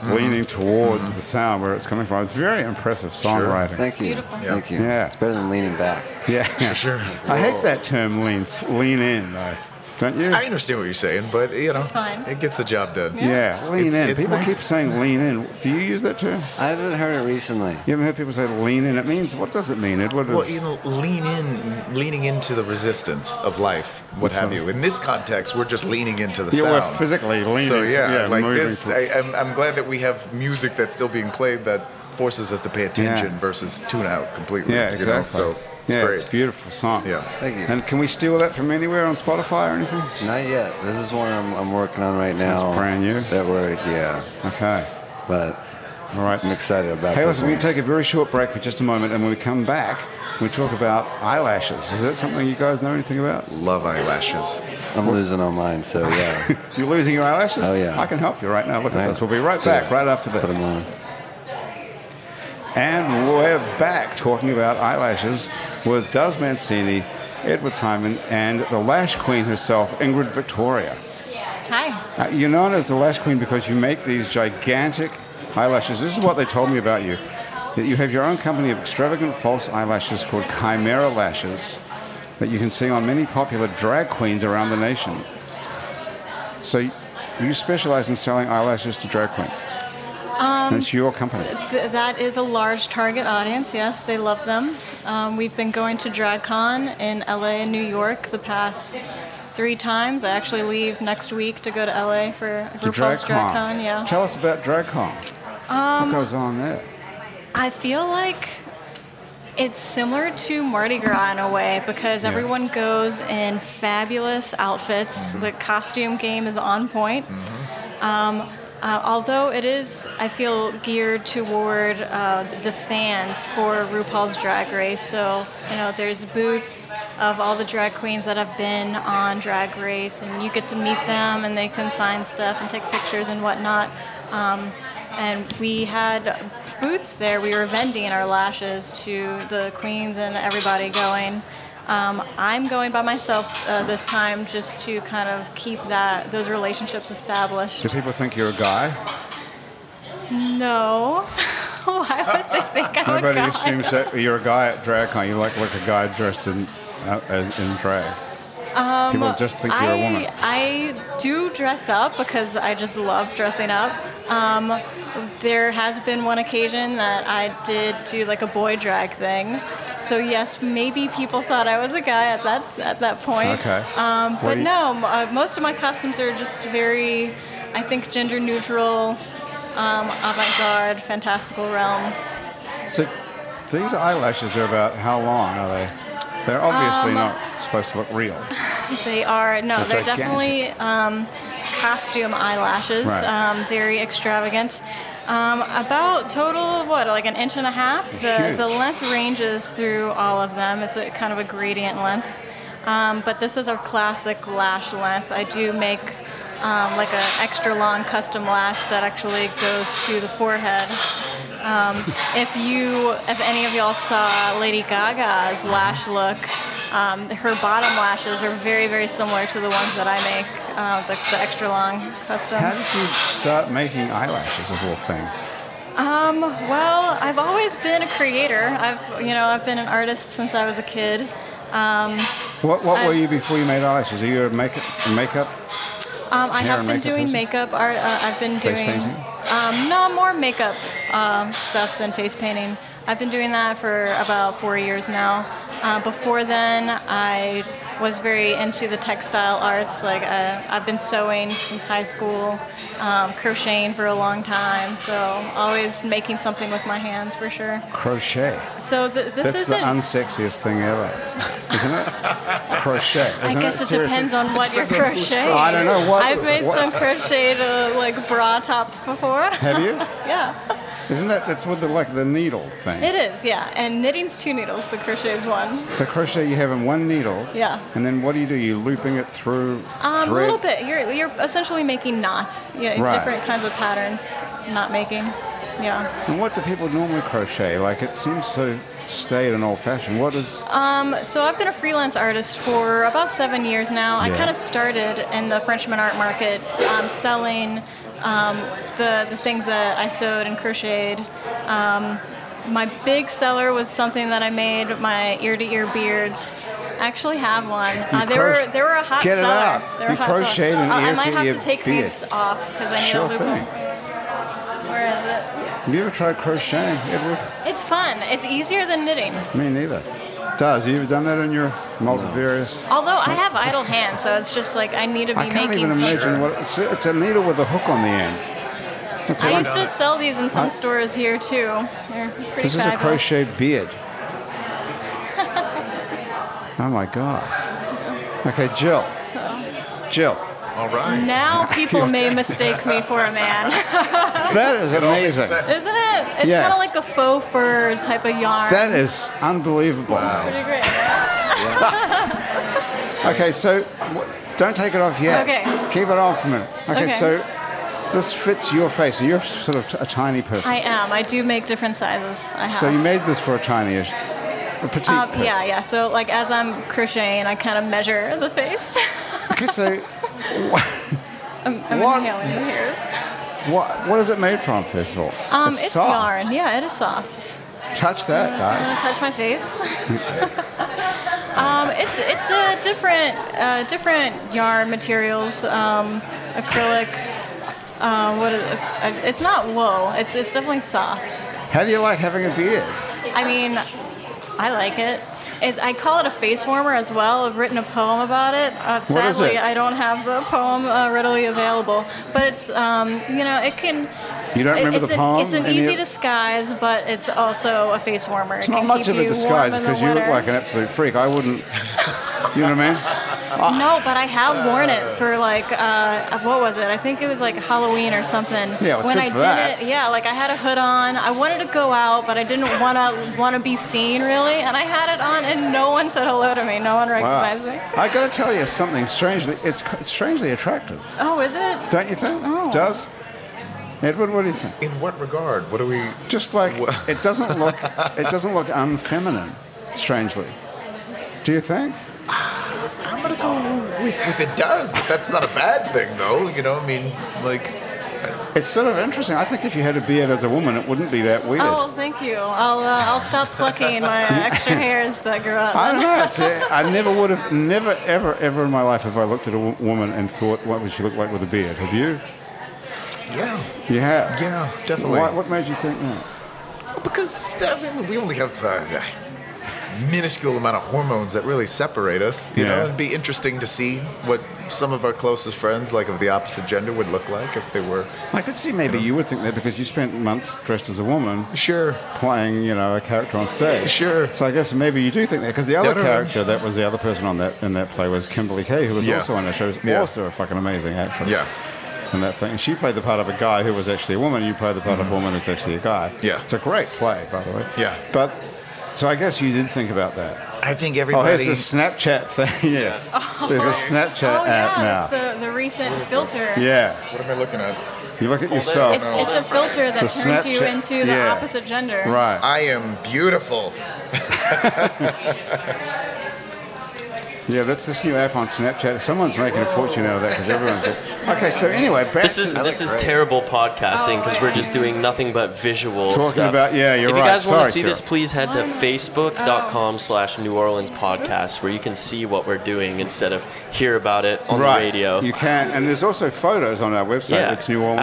Speaker 2: Mm-hmm.
Speaker 1: leaning towards the sound where it's coming from. It's very impressive songwriting.
Speaker 3: Thank you.
Speaker 4: beautiful. Yeah.
Speaker 3: Thank you.
Speaker 1: Yeah.
Speaker 3: It's better than leaning back.
Speaker 1: Yeah,
Speaker 2: For sure.
Speaker 1: I hate that term lean lean in though, don't you?
Speaker 2: I understand what you're saying, but you know,
Speaker 4: It's fine.
Speaker 2: it gets the job done.
Speaker 1: yeah, lean
Speaker 2: It's-
Speaker 1: in.
Speaker 2: it's
Speaker 1: people
Speaker 2: nice.
Speaker 1: keep saying lean in. Do you use that term?
Speaker 3: I haven't heard it recently.
Speaker 1: You haven't heard people say lean in? It means what does it mean, Edward?
Speaker 2: Well,
Speaker 1: It's-
Speaker 2: you know, lean in, leaning into the resistance of life, what
Speaker 1: That's
Speaker 2: have
Speaker 1: right.
Speaker 2: you. In this context, we're just leaning into the
Speaker 1: Yeah, we're
Speaker 2: sound.
Speaker 1: physically leaning,
Speaker 2: So
Speaker 1: yeah,
Speaker 2: yeah, like
Speaker 1: moving
Speaker 2: this.
Speaker 1: to-
Speaker 2: I, I'm, I'm glad that we have music that's still being played that forces us to pay attention versus tune out completely.
Speaker 1: yeah,
Speaker 2: you
Speaker 1: exactly.
Speaker 2: know, So it's
Speaker 1: yeah,
Speaker 2: great.
Speaker 1: it's a beautiful song.
Speaker 2: Yeah.
Speaker 3: Thank you.
Speaker 1: And can we steal that from anywhere on Spotify or anything?
Speaker 3: Not yet. This is one I'm, I'm working on right now.
Speaker 1: That's brand new?
Speaker 3: That we're yeah,
Speaker 1: Okay.
Speaker 3: but
Speaker 1: All right.
Speaker 3: I'm excited about.
Speaker 1: Hey,
Speaker 3: those
Speaker 1: listen, we're going
Speaker 3: ones.
Speaker 1: to take a very short break for just a moment, and when we come back, we talk about eyelashes. Is that something you guys know anything about?
Speaker 2: Love eyelashes.
Speaker 3: I'm losing all mine, so yeah.
Speaker 1: You're losing your eyelashes?
Speaker 3: Oh, yeah.
Speaker 1: I can help you right now. Look at
Speaker 3: All right,
Speaker 1: this. We'll be right
Speaker 3: let's do
Speaker 1: back,
Speaker 3: it.
Speaker 1: right after
Speaker 3: Let's
Speaker 1: this.
Speaker 3: Put 'em on.
Speaker 1: And we're back talking about eyelashes with Does Mancini, Edward Simon, and the lash queen herself, Ingrid Victoria.
Speaker 4: Hi.
Speaker 1: Uh, You're known as the lash queen because you make these gigantic eyelashes. This is what they told me about you that you have your own company of extravagant false eyelashes called Chimera Lashes that you can see on many popular drag queens around the nation. So you specialize in selling eyelashes to drag queens.
Speaker 4: Um,
Speaker 1: That's your company.
Speaker 4: Th- that is a large target audience. Yes, they love them. Um, we've been going to DragCon in LA and New York the past three times. I actually leave next week to go to LA for
Speaker 1: The
Speaker 4: RuPaul's
Speaker 1: DragCon.
Speaker 4: DragCon. Yeah. Um,
Speaker 1: Tell us about DragCon. what goes on there?
Speaker 4: I feel like it's similar to Mardi Gras in a way because everyone goes in fabulous outfits. The costume game is on point. Um, uh, although it is, I feel, geared toward uh, the fans for RuPaul's Drag Race. So, you know, there's booths of all the drag queens that have been on Drag Race, and you get to meet them, and they can sign stuff and take pictures and whatnot. Um, and we had booths there. We were vending our lashes to the queens and everybody going. Um, I'm going by myself uh, this time just to kind of keep that those relationships established.
Speaker 1: Do people think you're a guy?
Speaker 4: No. Why would they think I'm a
Speaker 1: Nobody
Speaker 4: guy?
Speaker 1: assumes that you're a guy at DragCon. You look like a guy dressed in uh, as- in drag. people just think you're a woman.
Speaker 4: Um, I, I do dress up because I just love dressing up. Um, there has been one occasion that I did do like a boy drag thing. So yes, maybe people thought I was a guy at that at that point.
Speaker 1: Okay.
Speaker 4: Um,
Speaker 1: What
Speaker 4: but
Speaker 1: do you-
Speaker 4: no, m- uh, most of my costumes are just very, I think, gender neutral, um, avant-garde, fantastical realm.
Speaker 1: So these eyelashes are about how long are they? They're obviously
Speaker 4: Um,
Speaker 1: not supposed to look real.
Speaker 4: They are no,
Speaker 1: They're
Speaker 4: they're, definitely um, costume eyelashes.
Speaker 1: Right.
Speaker 4: Um, very extravagant. Um, about total what, like an inch and a half. The,
Speaker 1: Huge.
Speaker 4: the length ranges through all of them. It's a kind of a gradient length. Um, but this is a classic lash length. I do make um, like an extra long custom lash that actually goes to the forehead. Um, if you, if any of y'all saw Lady Gaga's lash look, um, her bottom lashes are very, very similar to the ones that I make, uh, the, the extra long custom.
Speaker 1: How did you start making eyelashes of all things?
Speaker 4: Um, well, I've always been a creator. I've, you know, I've been an artist since I was a kid. Um,
Speaker 1: What, what were
Speaker 4: I-
Speaker 1: you before you made eyelashes? Are you a makeup? makeup?
Speaker 4: Um, I
Speaker 1: Hair
Speaker 4: have
Speaker 1: and
Speaker 4: been
Speaker 1: makeup
Speaker 4: doing
Speaker 1: person?
Speaker 4: makeup art. Uh, I've been
Speaker 1: Face
Speaker 4: doing
Speaker 1: painting?
Speaker 4: Um, no more makeup um, stuff than face painting. I've been doing that for about four years now. Uh, before then, I was very into the textile arts. Like uh, I've been sewing since high school, um, crocheting for a long time. So always making something with my hands for sure.
Speaker 1: Crochet.
Speaker 4: So th- this
Speaker 1: That's the
Speaker 4: isn't.
Speaker 1: unsexiest thing ever, isn't it? Crochet.
Speaker 4: I
Speaker 1: Isn't
Speaker 4: guess it,
Speaker 1: Seriously.
Speaker 4: depends on what you're crocheting.
Speaker 1: I don't know what-
Speaker 4: I've made
Speaker 1: what-
Speaker 4: some crocheted uh, like bra tops before.
Speaker 1: Have you?
Speaker 4: yeah,
Speaker 1: Isn't that that's with the like the needle thing?
Speaker 4: it is. Yeah, and knitting's two needles. The crochet's one.
Speaker 1: So crochet, you have in one needle.
Speaker 4: Yeah.
Speaker 1: And then what do you do? You looping it through
Speaker 4: Um, a
Speaker 1: thread.
Speaker 4: little bit. You're you're essentially making knots. Yeah, in
Speaker 1: Right.
Speaker 4: different kinds of patterns. Knot making. Yeah.
Speaker 1: And what do people normally crochet? Like it seems so staid and old-fashioned. What is?
Speaker 4: Um, so I've been a freelance artist for about seven years now. I
Speaker 1: Yeah.
Speaker 4: kind of started in the Frenchman art market, um, selling um, the the things that I sewed and crocheted. Um, my big seller was something that I made my ear to ear beards. I actually have one. Uh, they
Speaker 1: cro-
Speaker 4: were they were a hot
Speaker 1: Get it
Speaker 4: seller.
Speaker 1: out.
Speaker 4: They were a
Speaker 1: You
Speaker 4: hot seller.
Speaker 1: crocheted an
Speaker 4: Uh, I
Speaker 1: ear
Speaker 4: might
Speaker 1: to
Speaker 4: have
Speaker 1: ear
Speaker 4: to take these
Speaker 1: beard.
Speaker 4: off because I need
Speaker 1: Sure
Speaker 4: a loop.
Speaker 1: thing.
Speaker 4: Where is it?
Speaker 1: Have you ever tried crocheting, Edward?
Speaker 4: It's fun. It's easier than knitting.
Speaker 1: Me neither. Does you ever done that in your multivarious?
Speaker 4: Although I have idle hands, so it's just like I need to be
Speaker 1: I can't
Speaker 4: making
Speaker 1: even
Speaker 4: something.
Speaker 1: imagine what it's. It's a needle with a hook on the end. That's what
Speaker 4: I
Speaker 1: I'm-
Speaker 4: used to sell these in some
Speaker 1: I-
Speaker 4: stores here too. They're pretty
Speaker 1: This is a
Speaker 4: fabulous.
Speaker 1: crocheted beard. oh my god. Okay, Jill.
Speaker 4: So
Speaker 1: Jill.
Speaker 2: All right.
Speaker 4: now people may mistake me for a man,
Speaker 1: That is
Speaker 2: It all makes
Speaker 1: amazing.
Speaker 2: sense.
Speaker 4: isn't it? It's kind
Speaker 1: Yes.
Speaker 4: of like a faux fur type of yarn.
Speaker 1: That is unbelievable.
Speaker 4: pretty great.
Speaker 1: Okay, so w- don't take it off yet.
Speaker 4: Okay.
Speaker 1: Keep it on for a minute. Okay,
Speaker 4: Okay.
Speaker 1: so this fits your face, and you're sort of t- a tiny person.
Speaker 4: I am. I do make different sizes. I have.
Speaker 1: so you made this for a tinyish, a petite
Speaker 4: um,
Speaker 1: person.
Speaker 4: yeah, yeah. So like as I'm crocheting, I kind of measure the face.
Speaker 1: Okay, so
Speaker 4: I'm, I'm
Speaker 1: What?
Speaker 4: inhaling the hairs.
Speaker 1: what what is it made from, first of all?
Speaker 4: Um,
Speaker 1: it's,
Speaker 4: it's
Speaker 1: soft.
Speaker 4: yarn. Yeah, it is soft.
Speaker 1: Touch that,
Speaker 4: I'm
Speaker 1: guys.
Speaker 4: gonna touch my face. um, it's it's a different uh, different yarn materials, um, acrylic, um, what is it? It's not wool. It's it's definitely soft.
Speaker 1: How do you like having a beard?
Speaker 4: I mean, I like it. It, I call it a face warmer as well. I've written a poem about it. Uh,
Speaker 1: What is
Speaker 4: sadly,
Speaker 1: it?
Speaker 4: I don't have the poem uh, readily available. But it's, um, you know, it can.
Speaker 1: You don't
Speaker 4: it-
Speaker 1: remember
Speaker 4: it's
Speaker 1: the
Speaker 4: an,
Speaker 1: poem?
Speaker 4: It's an
Speaker 1: Any
Speaker 4: easy
Speaker 1: of-
Speaker 4: disguise, but it's also a face warmer.
Speaker 1: It's not much of a disguise because
Speaker 4: because
Speaker 1: you look like an absolute freak. I wouldn't. You know what I mean?
Speaker 4: No, but I have worn it for like uh, what was it? I think it was like Halloween or something.
Speaker 1: Yeah, well, it's
Speaker 4: when
Speaker 1: good
Speaker 4: I
Speaker 1: for
Speaker 4: did
Speaker 1: that.
Speaker 4: it, yeah, like I had a hood on. I wanted to go out, but I didn't wanna wanna be seen really, and I had it on, and no one said hello to me. No one recognized me.
Speaker 1: I got to tell you something strangely. It's c- strangely attractive,
Speaker 4: Oh, is it?
Speaker 1: don't you think?
Speaker 4: Oh.
Speaker 1: Does Edward? What do you think?
Speaker 2: In what regard? What are we?
Speaker 1: Just like
Speaker 2: Wha-
Speaker 1: it doesn't look. It doesn't look unfeminine. Strangely, do you think?
Speaker 2: I'm gonna go with if it does, but that's not a bad thing, though. You know, I mean, like,
Speaker 1: It's sort of interesting. I think if you had a beard as a woman, it wouldn't be that weird.
Speaker 4: Oh, well, thank you. I'll uh, I'll stop plucking my extra hairs that grew up.
Speaker 1: I don't know. It's, uh, I never would have, never, ever, ever in my life have I looked at a w- woman and thought, what would she look like with a beard? Have you?
Speaker 2: yeah,
Speaker 1: You have?
Speaker 2: yeah, definitely.
Speaker 1: Why, what made you think that?
Speaker 2: Because I mean, we only have uh, minuscule amount of hormones that really separate us. You
Speaker 1: Yeah.
Speaker 2: know, it'd be interesting to see what some of our closest friends, like of the opposite gender, would look like if they were.
Speaker 1: I could see maybe you would think that because you spent months dressed as a woman
Speaker 2: Sure.
Speaker 1: playing, you know, a character on stage.
Speaker 2: Sure.
Speaker 1: So I guess maybe you do think that because the other
Speaker 2: I don't know.
Speaker 1: character that was the other person on that in that play was Kimberly Kay, who was
Speaker 2: Yeah.
Speaker 1: also on the show, who's
Speaker 2: Yeah.
Speaker 1: also a fucking amazing actress.
Speaker 2: Yeah.
Speaker 1: And that thing, and she played the part of a guy who was actually a woman. You played the part of a woman that's actually a guy.
Speaker 2: Yeah.
Speaker 1: It's a great play, by the way.
Speaker 2: Yeah.
Speaker 1: But so I guess you did think about that.
Speaker 2: I think
Speaker 1: Oh,
Speaker 2: everybody.
Speaker 1: there's the Snapchat thing. yes. There's a Snapchat
Speaker 4: oh,
Speaker 1: app
Speaker 4: yeah,
Speaker 1: now.
Speaker 4: it's the the recent filter.
Speaker 1: yeah.
Speaker 2: what am I looking at?
Speaker 1: You look at yourself.
Speaker 4: It's, it's a filter that
Speaker 1: The
Speaker 4: turns you
Speaker 1: Snapchat-
Speaker 4: into the
Speaker 1: yeah.
Speaker 4: opposite gender.
Speaker 1: right.
Speaker 2: I am beautiful.
Speaker 1: Yeah, that's this new app on Snapchat. Someone's making a fortune out of that because everyone's. okay, so anyway, back
Speaker 6: This is
Speaker 1: to
Speaker 6: this is
Speaker 3: great.
Speaker 6: terrible podcasting
Speaker 4: Oh,
Speaker 6: because we're just doing nothing but visual
Speaker 1: Talking
Speaker 6: stuff.
Speaker 1: about- yeah, you're
Speaker 6: if
Speaker 1: right.
Speaker 6: you guys want
Speaker 1: Sorry,
Speaker 6: to see this,
Speaker 1: Sarah.
Speaker 6: please head to facebook.com slash New Orleans Podcast where you can see what we're doing instead of hear about it on
Speaker 1: right.
Speaker 6: the radio.
Speaker 1: You can, and there's also photos on our website.
Speaker 6: Yeah,
Speaker 1: it's neworleans.com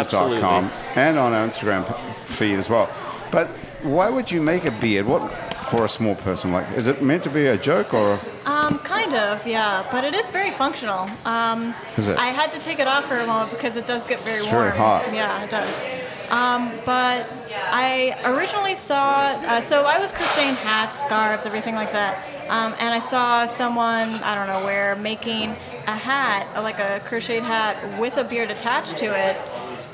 Speaker 6: absolutely.
Speaker 1: and on our Instagram p- feed as well. But why would you make a beard? What for a small person? Like, is it meant to be a joke or?
Speaker 4: Um, kind of, yeah, but it is very functional. Um,
Speaker 1: Is it?
Speaker 4: I had to take it off for a moment because it does get very
Speaker 1: It's
Speaker 4: warm.
Speaker 1: very hot.
Speaker 4: Yeah, it does. Um, but I originally saw, uh, so I was crocheting hats, scarves, everything like that, um, and I saw someone, I don't know where, making a hat, like a crocheted hat with a beard attached to it.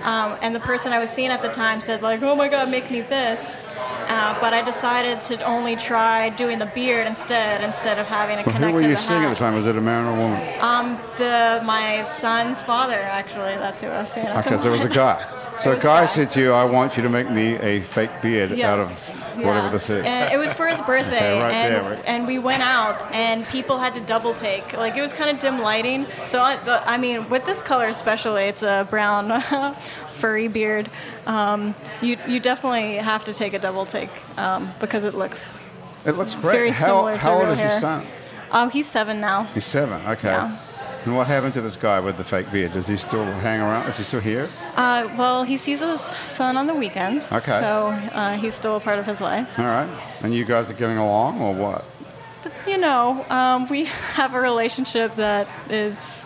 Speaker 4: Um, and the person I was seeing at the time said, like, oh my god, make me this. Uh, but I decided to only try doing the beard instead, instead of having it
Speaker 1: Well, who
Speaker 4: connected
Speaker 1: were
Speaker 4: to
Speaker 1: you
Speaker 4: the
Speaker 1: seeing at the
Speaker 4: hat.
Speaker 1: time? Was it a man or a woman?
Speaker 4: Um, the my son's father actually. That's who I was seeing. at the
Speaker 1: Ah, Okay, so it was a
Speaker 4: moment.
Speaker 1: guy. So a
Speaker 4: was a
Speaker 1: guy
Speaker 4: guy.
Speaker 1: said to you, I want you to make me a fake beard
Speaker 4: Yes.
Speaker 1: out of whatever
Speaker 4: Yeah.
Speaker 1: this is.
Speaker 4: And it was for his birthday,
Speaker 1: Okay, right
Speaker 4: and,
Speaker 1: there, right.
Speaker 4: and we went out, and people had to double take. Like it was kind of dim lighting, so I, the, I mean, with this color especially, it's a brown, furry beard. Um, you you definitely have to take a double take um, because it looks.
Speaker 1: It looks great.
Speaker 4: Very
Speaker 1: how
Speaker 4: similar to
Speaker 1: how old
Speaker 4: real
Speaker 1: is your
Speaker 4: hair.
Speaker 1: son?
Speaker 4: Oh, he's seven now.
Speaker 1: He's seven. Okay.
Speaker 4: Yeah.
Speaker 1: And what happened to this guy with the fake beard? Does he still hang around? Is he still here?
Speaker 4: Uh, well, he sees his son on the weekends.
Speaker 1: Okay.
Speaker 4: So uh, he's still a part of his life.
Speaker 1: All right. And you guys are getting along or what?
Speaker 4: you know, um, we have a relationship that is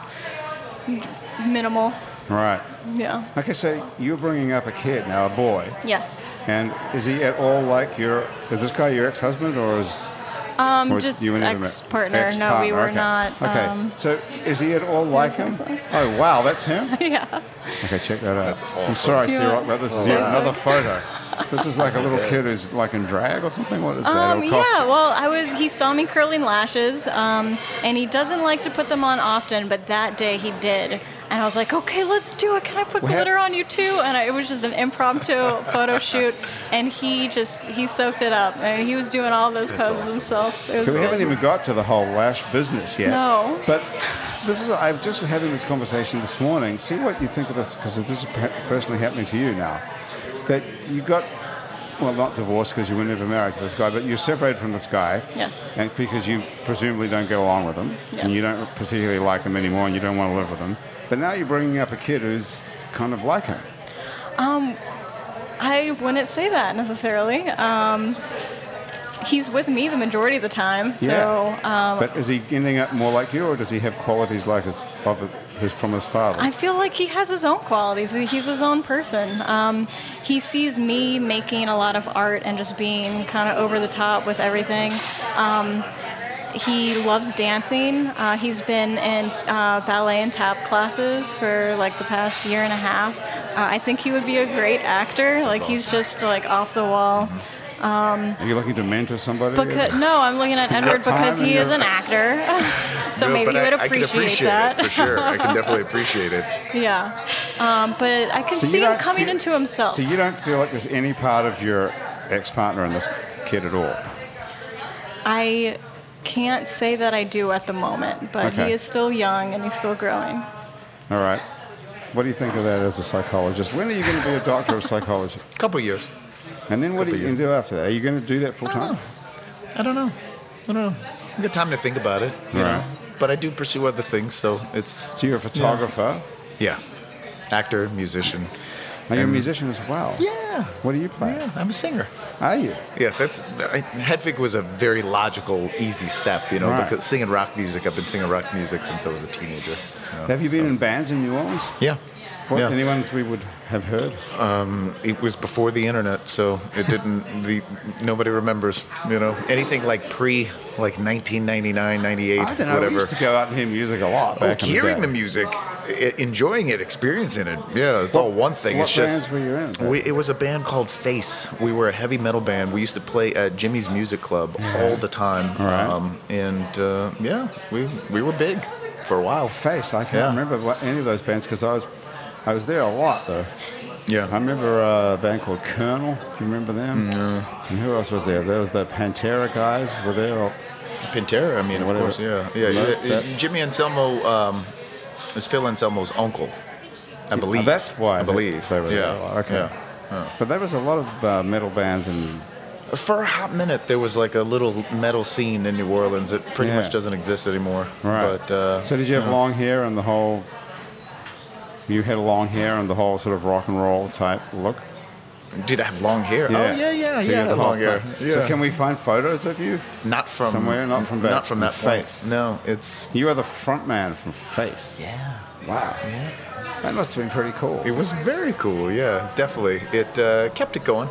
Speaker 4: minimal.
Speaker 1: Right.
Speaker 4: Yeah.
Speaker 1: Okay, so you're bringing up a kid now, a boy.
Speaker 4: Yes.
Speaker 1: And is he at all like your, is this guy your ex husband or is.
Speaker 4: Um,
Speaker 1: or
Speaker 4: just
Speaker 1: you and him-
Speaker 4: ex-partner. No, we
Speaker 1: ex-partner,
Speaker 4: were
Speaker 1: okay.
Speaker 4: not.
Speaker 1: Okay.
Speaker 4: Um,
Speaker 1: so is he at all like him? Oh, wow, that's him?
Speaker 4: yeah.
Speaker 1: Okay, check that out.
Speaker 2: That's
Speaker 1: I'm
Speaker 2: awesome.
Speaker 1: sorry,
Speaker 4: Yeah.
Speaker 1: Sierra Rock, but this is yet
Speaker 4: wow.
Speaker 1: another photo. This is like a little kid who's like in drag or something. What is that?
Speaker 4: Um,
Speaker 1: It'll
Speaker 4: yeah.
Speaker 1: cost you.
Speaker 4: Well, I was. He saw me curling lashes, um, and he doesn't like to put them on often, but that day he did. And I was like, okay, let's do it. Can I put
Speaker 1: Well,
Speaker 4: glitter on you too? And I, it was just an impromptu photo shoot, and he just he soaked it up. And he was doing all those poses himself. It was
Speaker 1: So we haven't
Speaker 4: awesome.
Speaker 1: even got to the whole lash business yet.
Speaker 4: No.
Speaker 1: But this is, I'm just having this conversation this morning. See what you think of this, because this is pe- personally happening to you now. That you got, well, not divorced because you were never married to this guy, but you're separated from this guy.
Speaker 4: Yes.
Speaker 1: And because you presumably don't get along with him, and
Speaker 4: Yes.
Speaker 1: you don't particularly like him anymore, and you don't want to live with him. But now you're bringing up a kid who's kind of like him.
Speaker 4: I wouldn't say that necessarily. Um, he's with me the majority of the time, so
Speaker 1: yeah.
Speaker 4: um,
Speaker 1: but is he ending up more like you, or does he have qualities like his of his from his father?
Speaker 4: I feel like he has his own qualities. He's his own person. Um, he sees me making a lot of art and just being kind of over the top with everything. Um, he loves dancing. Uh, he's been in uh, ballet and tap classes for like the past year and a half. Uh, I think he would be a great actor. like he's just like off the wall.
Speaker 1: Are you looking to mentor somebody?
Speaker 4: Because, no, I'm looking at Edward
Speaker 1: time
Speaker 4: because he
Speaker 1: and
Speaker 4: is
Speaker 1: your-
Speaker 4: an actor. so
Speaker 2: No,
Speaker 4: maybe
Speaker 2: but
Speaker 4: you would
Speaker 2: I, I can
Speaker 4: appreciate,
Speaker 2: appreciate
Speaker 4: that.
Speaker 2: it for sure. I can definitely appreciate it.
Speaker 4: yeah. Um, but I can
Speaker 1: So you
Speaker 4: see him
Speaker 1: don't
Speaker 4: coming
Speaker 1: feel-
Speaker 4: into himself.
Speaker 1: So you don't feel like there's any part of your ex-partner in this kid at all.
Speaker 4: I can't say that I do at the moment, but
Speaker 1: Okay.
Speaker 4: he is still young and he's still growing.
Speaker 1: All right. What do you think of that as a psychologist? When are you going to be a doctor of psychology?
Speaker 2: A couple years.
Speaker 1: And then what are
Speaker 2: Couple
Speaker 1: you going to do after that? Are you going to do that full time?
Speaker 2: I don't know. I don't know. I've got time to think about it. you
Speaker 1: Right.
Speaker 2: know. But I do pursue other things, so it's
Speaker 1: So you're a photographer.
Speaker 2: yeah, actor, musician.
Speaker 1: Are you a
Speaker 2: And-
Speaker 1: musician as well?
Speaker 2: Yeah.
Speaker 1: What do you play?
Speaker 2: Yeah, I'm a singer.
Speaker 1: Are you?
Speaker 2: Yeah, that's I, Hedvig was a very logical, easy step, you know,
Speaker 1: Right.
Speaker 2: because singing rock music. I've been singing rock music since I was a teenager. you know,
Speaker 1: Have you been
Speaker 2: so-
Speaker 1: in bands in New Orleans?
Speaker 2: Yeah.
Speaker 1: What,
Speaker 2: yeah.
Speaker 1: Any ones we would have heard?
Speaker 2: it was before the internet, so it didn't. the nobody remembers, you know, anything like pre like 1999, 98,
Speaker 1: I don't know.
Speaker 2: whatever.
Speaker 1: We used to go out and hear music a lot back
Speaker 2: oh,
Speaker 1: in the
Speaker 2: hearing
Speaker 1: day.
Speaker 2: the, music, e- enjoying it, experiencing it. Yeah, it's all one thing.
Speaker 1: what
Speaker 2: it's
Speaker 1: bands
Speaker 2: just
Speaker 1: were you in then?
Speaker 2: We, it was a band called Face. We were a heavy metal band. We used to play at Jimmy's Music Club all the time.
Speaker 1: All right.
Speaker 2: and uh, yeah, we we were big for a while.
Speaker 1: Face. I can't
Speaker 2: Yeah.
Speaker 1: remember what, any of those bands because I was, I was there a lot though.
Speaker 2: Yeah.
Speaker 1: I remember uh, a band called Colonel. Do you remember
Speaker 2: Mm,
Speaker 1: them? And who else was there? There was the Pantera guys. Were there? Or,
Speaker 2: Pantera, I mean, of
Speaker 1: Whatever.
Speaker 2: course, yeah. Yeah,
Speaker 1: Most
Speaker 2: yeah,
Speaker 1: that-
Speaker 2: Jimmy Anselmo um, is Phil Anselmo's uncle, I believe.
Speaker 1: that's why
Speaker 2: I
Speaker 1: they-
Speaker 2: believe.
Speaker 1: they were there.
Speaker 2: yeah.
Speaker 1: Okay.
Speaker 2: yeah.
Speaker 1: but there was a lot of uh, metal bands and
Speaker 2: For a hot minute, there was like a little metal scene in New Orleans that pretty
Speaker 1: Yeah.
Speaker 2: much doesn't exist anymore.
Speaker 1: right.
Speaker 2: But uh,
Speaker 1: so did you have long hair and the whole? You had long hair and the whole sort of rock and roll type look.
Speaker 2: did I have long hair? Oh yeah, yeah,
Speaker 1: so you
Speaker 2: yeah.
Speaker 1: had the
Speaker 2: long
Speaker 1: whole
Speaker 2: hair.
Speaker 1: thing.
Speaker 2: Yeah.
Speaker 1: So can we find photos of you?
Speaker 2: not from
Speaker 1: somewhere, not from that-
Speaker 2: not from that
Speaker 1: from Face.
Speaker 2: point. No, it's
Speaker 1: You are the front man from Face.
Speaker 2: yeah.
Speaker 1: Wow. That must have been pretty cool.
Speaker 2: It was very cool. Yeah, definitely. It uh, kept it going.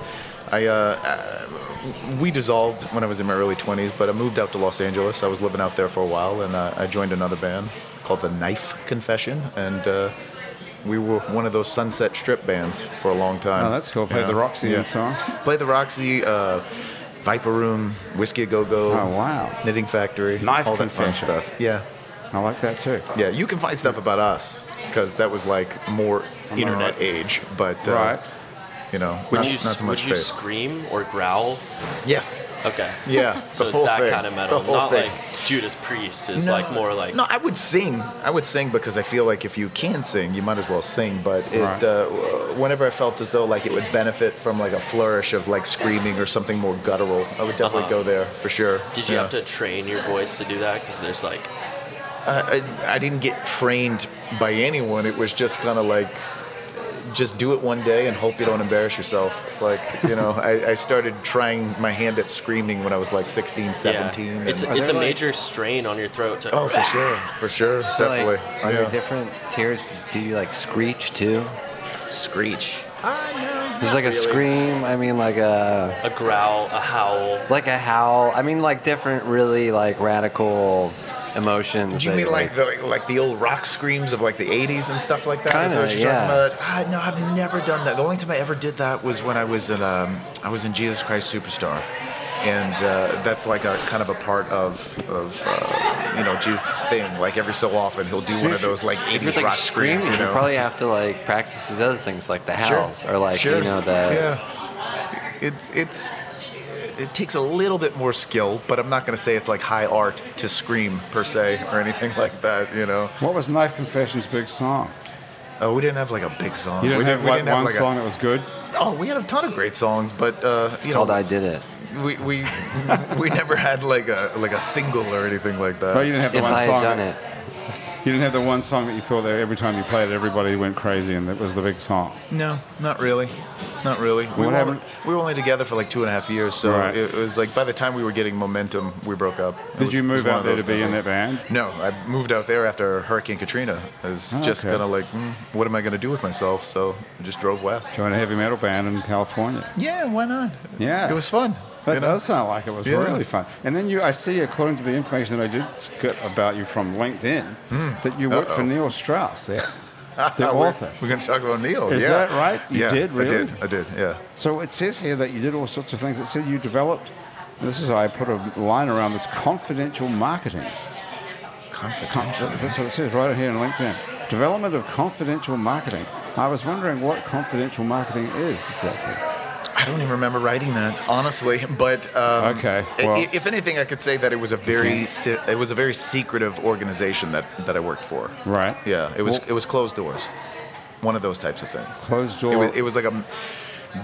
Speaker 2: I uh, uh, we dissolved when I was in my early 20s, but I moved out to Los Angeles. I was living out there for a while, and uh, I joined another band called the Knife Confession, and uh, we were one of those Sunset Strip bands for a long time.
Speaker 1: Oh, that's cool. Played the Roxy and song.
Speaker 2: Played the Roxy, uh, Viper Room, Whiskey A Go Go.
Speaker 1: Oh, wow.
Speaker 2: Knitting Factory,
Speaker 1: Knife
Speaker 2: all that fun
Speaker 1: Confession.
Speaker 2: stuff. Yeah,
Speaker 1: I like that too.
Speaker 2: yeah, you can find stuff about us because that was like more
Speaker 1: I'm
Speaker 2: internet
Speaker 1: alright.
Speaker 2: age, but uh,
Speaker 1: Right.
Speaker 2: you know,
Speaker 6: Would
Speaker 2: not,
Speaker 6: you
Speaker 2: not so
Speaker 6: would
Speaker 2: much
Speaker 6: you
Speaker 2: face.
Speaker 6: scream or growl?
Speaker 2: Yes.
Speaker 6: Okay.
Speaker 2: Yeah.
Speaker 6: So
Speaker 2: the
Speaker 6: it's
Speaker 2: whole
Speaker 6: that
Speaker 2: thing.
Speaker 6: kind of metal,
Speaker 2: The whole
Speaker 6: not
Speaker 2: thing.
Speaker 6: like Judas Priest is
Speaker 2: No.
Speaker 6: like more like
Speaker 2: No, I would sing. I would sing because I feel like if you can sing, you might as well sing. But it,
Speaker 1: Right.
Speaker 2: uh, w- whenever I felt as though like it would benefit from like a flourish of like screaming or something more guttural, I would definitely
Speaker 6: Uh-huh.
Speaker 2: go there for sure.
Speaker 6: Did you
Speaker 2: Yeah.
Speaker 6: have to train your voice to do that? Because there's like,
Speaker 2: I, I, I didn't get trained by anyone. It was just kind of like, just do it one day and hope you don't embarrass yourself. Like, you know, I, I started trying my hand at screaming when I was like 16, 17.
Speaker 6: yeah,
Speaker 2: and-
Speaker 6: it's
Speaker 3: Are
Speaker 6: it's a
Speaker 3: there, like-
Speaker 6: major strain on your throat. To,
Speaker 2: oh, for sure. For sure.
Speaker 3: So, like,
Speaker 2: definitely.
Speaker 3: are
Speaker 2: yeah.
Speaker 3: there different tiers? Do you like screech too?
Speaker 2: Screech. I know.
Speaker 3: There's like a scream. I mean, like a
Speaker 6: a growl, a howl.
Speaker 3: like a howl. I mean, like different, really like radical emotions.
Speaker 2: Do you
Speaker 3: that
Speaker 2: mean
Speaker 3: you're
Speaker 2: like the like the old rock screams of like the '80s and stuff like that? Is that
Speaker 3: Kinda,
Speaker 2: what you're
Speaker 3: yeah.
Speaker 2: talking about? Ah, no, I've never done that. The only time I ever did that was when I was in um, I was in Jesus Christ Superstar, and uh, that's like a kind of a part of of uh, you know Jesus' thing. Like every so often he'll do one of those like
Speaker 3: if you're
Speaker 2: '80s
Speaker 3: like
Speaker 2: rock
Speaker 3: screaming,
Speaker 2: screams. You
Speaker 3: you,
Speaker 2: know?
Speaker 3: probably have to like practice these other things, like the
Speaker 2: Sure.
Speaker 3: howls or like
Speaker 2: Sure.
Speaker 3: you know the
Speaker 2: yeah. It's it's it takes a little bit more skill, but I'm not going to say it's like high art to scream per se or anything like that. You know.
Speaker 1: What was Knife Confession's big song?
Speaker 2: Oh, we didn't have like a big song.
Speaker 1: You didn't
Speaker 2: we
Speaker 1: have
Speaker 2: we
Speaker 1: like
Speaker 2: didn't
Speaker 1: one
Speaker 2: like, a-
Speaker 1: song that was good.
Speaker 2: oh, we had a ton of great songs, but uh, you
Speaker 3: called
Speaker 2: know,
Speaker 3: I did it.
Speaker 2: we we we never had like a like a single or anything like that.
Speaker 1: But you didn't have the
Speaker 3: If
Speaker 1: one
Speaker 3: I had
Speaker 1: song.
Speaker 3: done
Speaker 1: that-
Speaker 3: it,
Speaker 1: You You didn't have the one song that you thought that every time you played it, everybody went crazy and that was the big song.
Speaker 2: No, not really. Not really. We
Speaker 1: What
Speaker 2: were, only,
Speaker 1: happened?
Speaker 2: we were only together for like two and a half years, so
Speaker 1: Right.
Speaker 2: it was like by the time we were getting momentum, we broke up. It
Speaker 1: Did
Speaker 2: was-
Speaker 1: you
Speaker 2: it was
Speaker 1: move
Speaker 2: one
Speaker 1: out
Speaker 2: of
Speaker 1: there to
Speaker 2: those
Speaker 1: be in
Speaker 2: kinda-
Speaker 1: that band?
Speaker 2: No, I moved out there after Hurricane Katrina. I was just
Speaker 1: Oh, Okay.
Speaker 2: kind of like, mm, what am I going to do with myself? So I just drove west.
Speaker 1: Joined a heavy metal band in California.
Speaker 2: Yeah, why not?
Speaker 1: Yeah.
Speaker 2: It was fun.
Speaker 1: That
Speaker 2: you know?
Speaker 1: does sound like it was
Speaker 2: Yeah.
Speaker 1: really fun. And then you, I see, according to the information that I did get about you from LinkedIn, that you worked for
Speaker 2: Hmm.
Speaker 1: Neil
Speaker 2: Uh-oh.
Speaker 1: Strauss, the, the
Speaker 2: We're-
Speaker 1: author.
Speaker 2: We're going to talk about Neil.
Speaker 1: Is
Speaker 2: yeah.
Speaker 1: that right? You
Speaker 2: yeah,
Speaker 1: did,
Speaker 2: I
Speaker 1: really?
Speaker 2: did. I did. Yeah.
Speaker 1: So it says here that you did all sorts of things. It said you developed. This is I put a line around this confidential marketing. Con-
Speaker 2: Confidential.
Speaker 1: that- That's what it says right here on LinkedIn. Development of confidential marketing. I was wondering what confidential marketing is exactly.
Speaker 2: I don't even remember writing that, honestly. But um,
Speaker 1: Okay,
Speaker 2: i-
Speaker 1: well-
Speaker 2: i- if anything, I could say that it was a very se- it was a very secretive organization that, that I worked for.
Speaker 1: Right.
Speaker 2: Yeah. It was
Speaker 1: Well-
Speaker 2: it was closed doors. One of those types of things.
Speaker 1: Closed door.
Speaker 2: It was, it was like a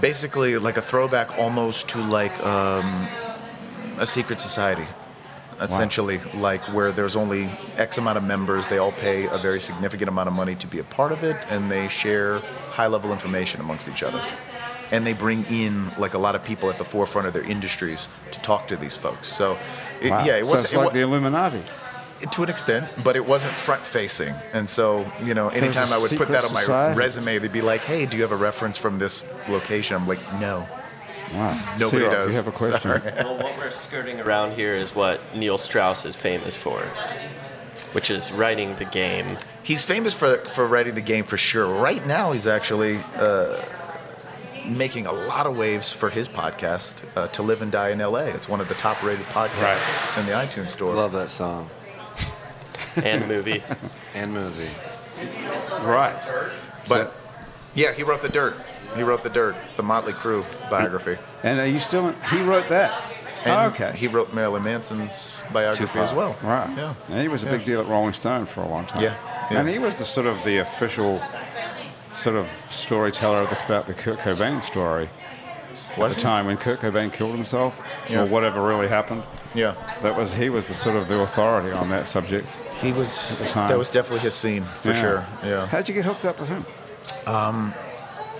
Speaker 2: basically like a throwback almost to like um, a secret society essentially like where there's only x amount of members they all pay a very significant amount of money to be a part of it and they share high level information amongst each other and they bring in like a lot of people at the forefront of their industries to talk to these folks so it,
Speaker 1: Wow.
Speaker 2: yeah it
Speaker 1: so
Speaker 2: was
Speaker 1: it's
Speaker 2: it
Speaker 1: like
Speaker 2: wa-
Speaker 1: the Illuminati.
Speaker 2: to an extent, but it wasn't front facing. And so, you know, anytime
Speaker 1: a
Speaker 2: I would
Speaker 1: secret
Speaker 2: put that on my
Speaker 1: society.
Speaker 2: resume, they'd be like, hey, do you have a reference from this location? I'm like, no.
Speaker 1: Wow.
Speaker 2: Nobody
Speaker 1: Sarah,
Speaker 2: does.
Speaker 1: You have a question.
Speaker 6: Well, what we're skirting around here is what Neil Strauss is famous for, which is writing the game.
Speaker 2: He's famous for, for writing the game for sure. Right now, he's actually uh, making a lot of waves for his podcast, uh, To Live and Die in LA. It's one of the top rated podcasts in the iTunes store.
Speaker 3: Love that song
Speaker 6: and movie.
Speaker 3: and movie.
Speaker 1: Right.
Speaker 2: but yeah, he wrote The Dirt. He wrote The Dirt, the Motley Crue biography.
Speaker 1: And are you still? In, he wrote that.
Speaker 2: And
Speaker 1: Oh, okay.
Speaker 2: He wrote Marilyn Manson's biography
Speaker 3: Tupac.
Speaker 2: as well.
Speaker 1: Right.
Speaker 2: Yeah.
Speaker 1: And he was a
Speaker 2: Yeah.
Speaker 1: big deal at Rolling Stone for a long time.
Speaker 2: Yeah, yeah.
Speaker 1: And he was the sort of the official sort of storyteller of the, about the Kurt Cobain story
Speaker 2: Was
Speaker 1: at the
Speaker 2: he?
Speaker 1: time when Kurt Cobain killed himself
Speaker 2: Yeah.
Speaker 1: or whatever really happened.
Speaker 2: Yeah.
Speaker 1: That was he was the sort of the authority on that subject.
Speaker 2: He was.
Speaker 1: the time.
Speaker 2: That was definitely his scene for
Speaker 1: Yeah.
Speaker 2: sure. Yeah.
Speaker 1: How'd you get hooked up with him? Um,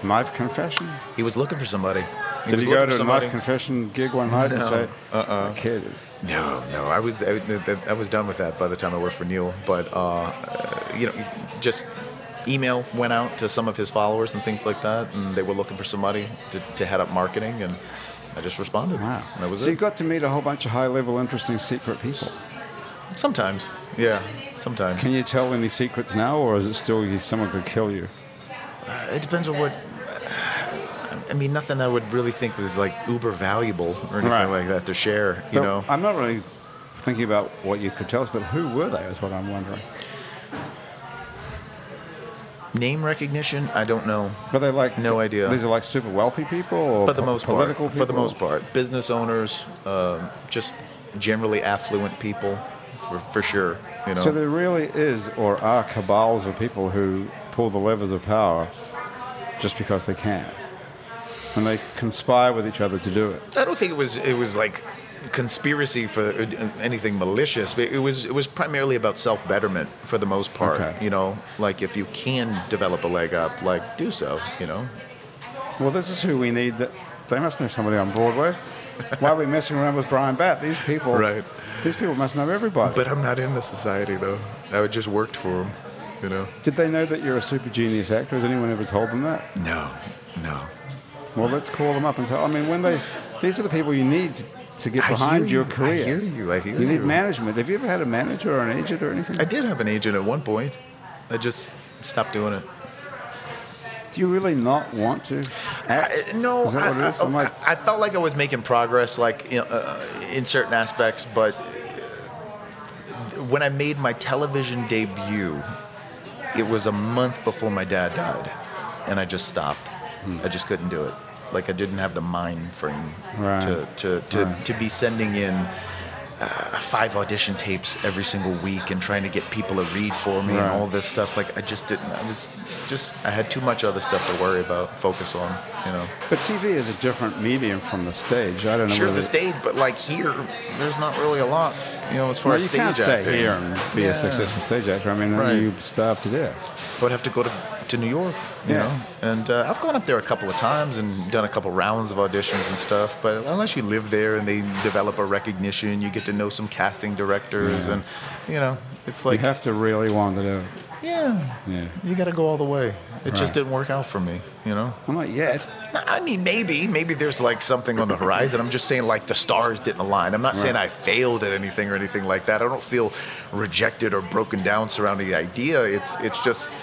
Speaker 1: knife confession.
Speaker 2: He was looking for somebody.
Speaker 1: Did
Speaker 2: was
Speaker 1: he go
Speaker 2: looking
Speaker 1: to
Speaker 2: for
Speaker 1: a
Speaker 2: somebody.
Speaker 1: knife confession gig one night and
Speaker 2: No.
Speaker 1: say, "Uh-uh, the kid is
Speaker 2: No, no, I was I, I- I was done with that by the time I worked for Neil. But uh, uh, you know, just email went out to some of his followers and things like that, and they were looking for somebody to, to head up marketing, and I just responded.
Speaker 1: wow."
Speaker 2: And that was
Speaker 1: so you
Speaker 2: it.
Speaker 1: got to meet a whole bunch of high-level, interesting, secret people.
Speaker 2: sometimes, yeah, sometimes.
Speaker 1: Can you tell any secrets now, or is it still you- someone could kill you?
Speaker 2: It depends on what. I mean, nothing I would really think is like uber valuable or anything
Speaker 1: Right.
Speaker 2: like that to share. You
Speaker 1: But
Speaker 2: know,
Speaker 1: I'm not really thinking about what you could tell us, but who were they? Is what I'm wondering.
Speaker 2: name recognition. I don't know.
Speaker 1: Were they like
Speaker 2: No idea.
Speaker 1: These are like super wealthy people, or
Speaker 2: For the
Speaker 1: po-
Speaker 2: most part,
Speaker 1: political people?
Speaker 2: for the most part, business owners, um, just generally affluent people, for, for sure. You know,
Speaker 1: So there really is, or are cabals of people who pull the levers of power just because they can, and they conspire with each other to do it.
Speaker 2: I don't think it was it was like conspiracy for uh, anything malicious. But it was it was primarily about self betterment for the most part.
Speaker 1: Okay.
Speaker 2: You know, like if you can develop a leg up, like do so. You know,
Speaker 1: Well, this is who we need. That they must know somebody on Broadway. Why are we messing around with Brian Batt? These people,
Speaker 2: Right.
Speaker 1: These people must know everybody.
Speaker 2: But I'm not in the society though. I just worked for him, you know.
Speaker 1: Did they know that you're a super genius actor? Has anyone ever told them that?
Speaker 2: No, no.
Speaker 1: Well, let's call them up and tell. I mean, when they, these are the people you need to, to get
Speaker 2: I
Speaker 1: behind
Speaker 2: hear
Speaker 1: your
Speaker 2: you. I
Speaker 1: career.
Speaker 2: hear you. I hear
Speaker 1: You need
Speaker 2: you.
Speaker 1: management. Have you ever had a manager or an agent or anything?
Speaker 2: I did have an agent at one point. I just stopped doing it.
Speaker 1: Do you really not want to? Uh,
Speaker 2: I, Uh, no,
Speaker 1: Is that what it
Speaker 2: I,
Speaker 1: is? I'm
Speaker 2: I-
Speaker 1: like-
Speaker 2: I felt like I was making progress, like you know, uh, in certain aspects, but uh, when I made my television debut, it was a month before my dad died, and I just stopped.
Speaker 1: Hmm.
Speaker 2: I just couldn't do it. Like I didn't have the mind frame
Speaker 1: Right.
Speaker 2: to to to, to be sending in. Uh, five audition tapes every single week and trying to get people to read for me and
Speaker 1: Right.
Speaker 2: all this stuff like i just didn't i was just i had too much other stuff to worry about focus on you know
Speaker 1: But TV is a different medium from the stage. I don't know.
Speaker 2: Sure,
Speaker 1: whether-
Speaker 2: the stage, but like here, there's not really a lot. you know, as far
Speaker 1: No,
Speaker 2: as
Speaker 1: you
Speaker 2: stage
Speaker 1: can't stay
Speaker 2: acting.
Speaker 1: here and be
Speaker 2: Yeah.
Speaker 1: a successful stage actor. I mean,
Speaker 2: Right.
Speaker 1: you starve to death.
Speaker 2: I would have to go to, to New York, you
Speaker 1: Yeah.
Speaker 2: know. And uh, I've gone up there a couple of times and done a couple rounds of auditions and stuff. But unless you live there and they develop a recognition, you get to know some casting directors, and you know, it's
Speaker 1: You
Speaker 2: like,
Speaker 1: have to really want to do it.
Speaker 2: yeah,
Speaker 1: Yeah.
Speaker 2: you got to go all the way. It
Speaker 1: Right.
Speaker 2: just didn't work out for me, you know.
Speaker 1: Well, not yet.
Speaker 2: I mean, maybe, maybe there's like something on the horizon. I'm just saying, like the stars didn't align. I'm not saying I failed at anything or anything like that. I don't feel rejected or broken down surrounding the idea. It's it's just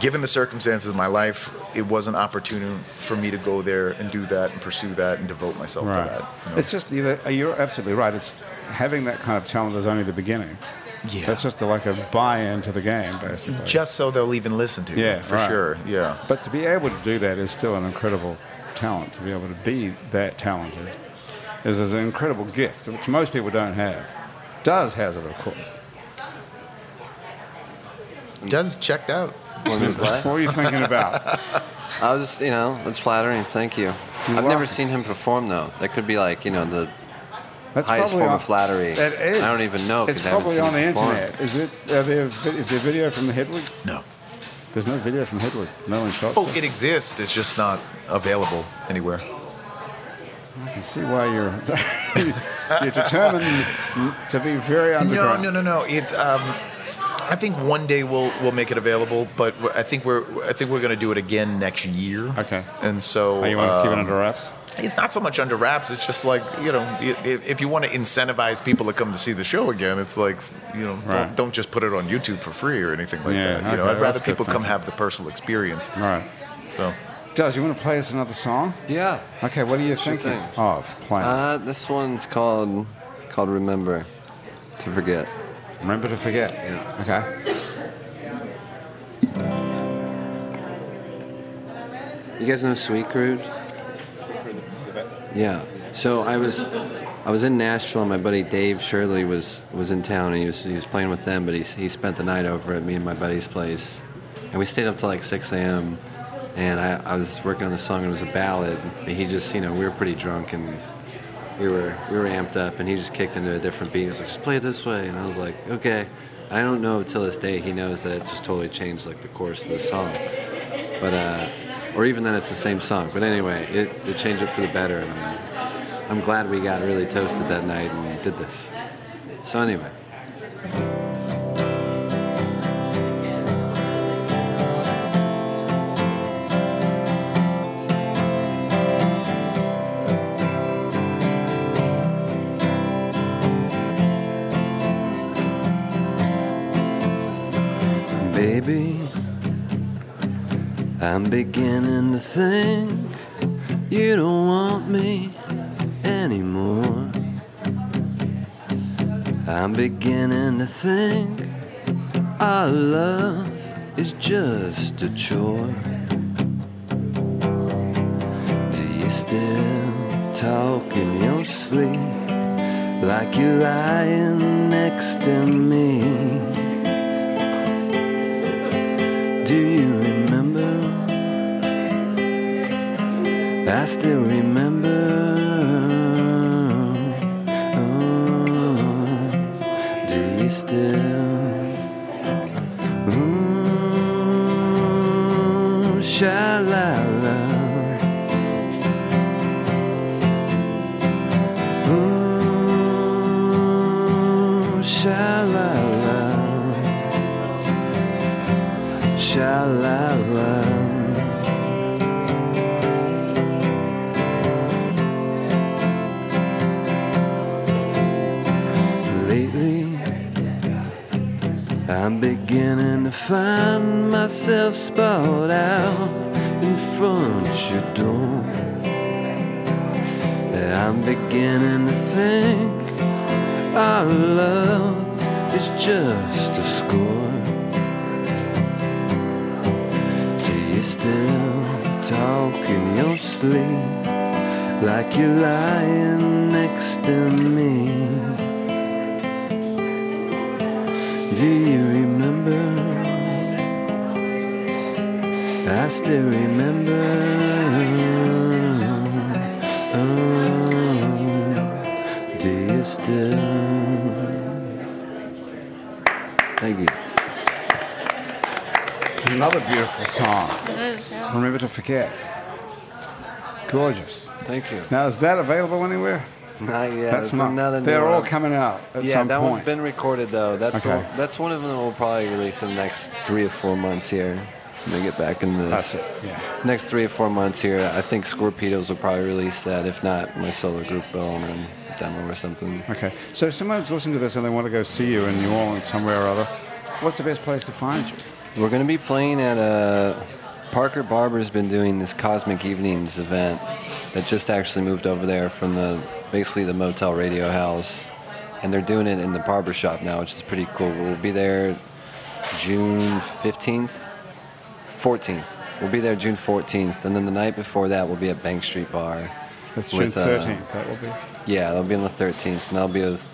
Speaker 2: given the circumstances of my life, it wasn't opportune for me to go there and do that and pursue that and devote myself
Speaker 1: Right.
Speaker 2: to that. you know.
Speaker 1: It's just you're you're absolutely right. It's having that kind of talent is only the beginning.
Speaker 2: Yeah.
Speaker 1: That's just like a buy-in to the game, basically.
Speaker 2: just so they'll even listen to you.
Speaker 1: Yeah,
Speaker 2: for
Speaker 1: right.
Speaker 2: sure. Yeah.
Speaker 1: But to be able to do that is still an incredible talent. To be able to be that talented is, is an incredible gift, which most people don't have. Does has it, of course.
Speaker 2: Does checked out.
Speaker 3: Want me to play?
Speaker 1: What were you thinking about?
Speaker 3: I was just, you know, it's flattering. Thank you. I've
Speaker 1: welcome.
Speaker 3: never seen him perform though. That could be like, you know, the
Speaker 1: That's
Speaker 3: Highest
Speaker 1: probably
Speaker 3: form
Speaker 1: on-
Speaker 3: of flattery.
Speaker 1: It is.
Speaker 3: I don't even know,
Speaker 1: It's
Speaker 3: 'cause I haven't
Speaker 1: probably
Speaker 3: seen
Speaker 1: on the
Speaker 3: it perform.
Speaker 1: internet. Is it? Are there, vi- is there video from the Hedwig?
Speaker 2: No.
Speaker 1: There's no video from Hedwig. No one shot.
Speaker 2: Oh,
Speaker 1: stuff.
Speaker 2: it exists. It's just not available anywhere.
Speaker 1: I can see why you're you're determined to be very
Speaker 2: No,
Speaker 1: underground.
Speaker 2: no, no, no. It's. Um, I think one day we'll we'll make it available, but we're- I think we're I think we're going to do it again next year.
Speaker 1: Okay.
Speaker 2: And so
Speaker 1: Oh, you want to keep it
Speaker 2: um,
Speaker 1: under wraps?
Speaker 2: It's not so much under wraps. It's just like you know, i- if, if you want to incentivize people to come to see the show again, it's like you know,
Speaker 1: Right.
Speaker 2: don't, don't just put it on YouTube for free or anything like
Speaker 1: Yeah,
Speaker 2: that. You
Speaker 1: okay,
Speaker 2: know, I'd rather
Speaker 1: that's good
Speaker 2: people come
Speaker 1: thinking.
Speaker 2: have the personal experience.
Speaker 1: All right.
Speaker 2: So
Speaker 1: Does you want to play us another song?
Speaker 3: Yeah.
Speaker 1: Okay, what are you thinking
Speaker 3: thing.
Speaker 1: of playing?
Speaker 3: Uh, this one's called called Remember to Forget.
Speaker 1: Remember to forget. Okay.
Speaker 3: You guys know Sweet Crude? Yeah. So I was I was in Nashville. and My buddy Dave Shirley was was in town, and he was he was playing with them. But he he spent the night over at me and my buddy's place, and we stayed up till like 6 a.m. And I, I was working on the song. and It was a ballad, and he just you know we were pretty drunk and. We were we were amped up, and he just kicked into a different beat. He was like, "Just play it this way," and I was like, "Okay." I don't know till this day he knows that it just totally changed like the course of the song but uh, or even then it's the same song. But anyway, it, it changed it for the better, and I'm, I'm glad we got really toasted that night and did this. So anyway, baby. I'm beginning to think you don't want me anymore. I'm beginning to think our love is just a chore. Do you still talk in your sleep like you're lying next to me? Do you remember? I still remember. Oh, do you still? Ooh, sha la la. Ooh, sha la la. Sha la la. Lately, I'm beginning to find myself sprawled out in front your door. I'm beginning to think our love is just a score. Do you still talk in your sleep like you're lying next to me? Do you remember? I still remember. Oh, do you still? Thank you.
Speaker 1: Another beautiful song.
Speaker 4: It is, yeah.
Speaker 1: Remember to forget. Gorgeous.
Speaker 3: Thank you.
Speaker 1: Now, is that available anywhere?
Speaker 3: Not yet.
Speaker 1: That's
Speaker 3: It's
Speaker 1: not.
Speaker 3: another new
Speaker 1: they're all
Speaker 3: one.
Speaker 1: coming out at
Speaker 3: yeah,
Speaker 1: some
Speaker 3: that
Speaker 1: point.
Speaker 3: one's been recorded though. That's
Speaker 1: Okay.
Speaker 3: the, that's one of them that we'll probably release in the next three or four months here. When they get back into
Speaker 1: That's
Speaker 3: this.
Speaker 1: it. Yeah.
Speaker 3: Next three or four months here, I think Scorpedos will probably release that. If not, my solo group will and then demo or something.
Speaker 1: Okay. So, if someone's listening to this and they want to go see you in New Orleans somewhere or other, what's the best place to find you?
Speaker 3: We're gonna be playing at a Parker Barber's been doing this Cosmic Evenings event that just actually moved over there from the basically the motel radio house, and they're doing it in the barber shop now, which is pretty cool. We'll be there June fifteenth, fourteenth. We'll be there June fourteenth, and then the night before that we'll be at Bank Street Bar.
Speaker 1: That's June
Speaker 3: with, uh,
Speaker 1: 13th. That will be.
Speaker 3: Yeah, that'll be on the thirteenth, and that'll be with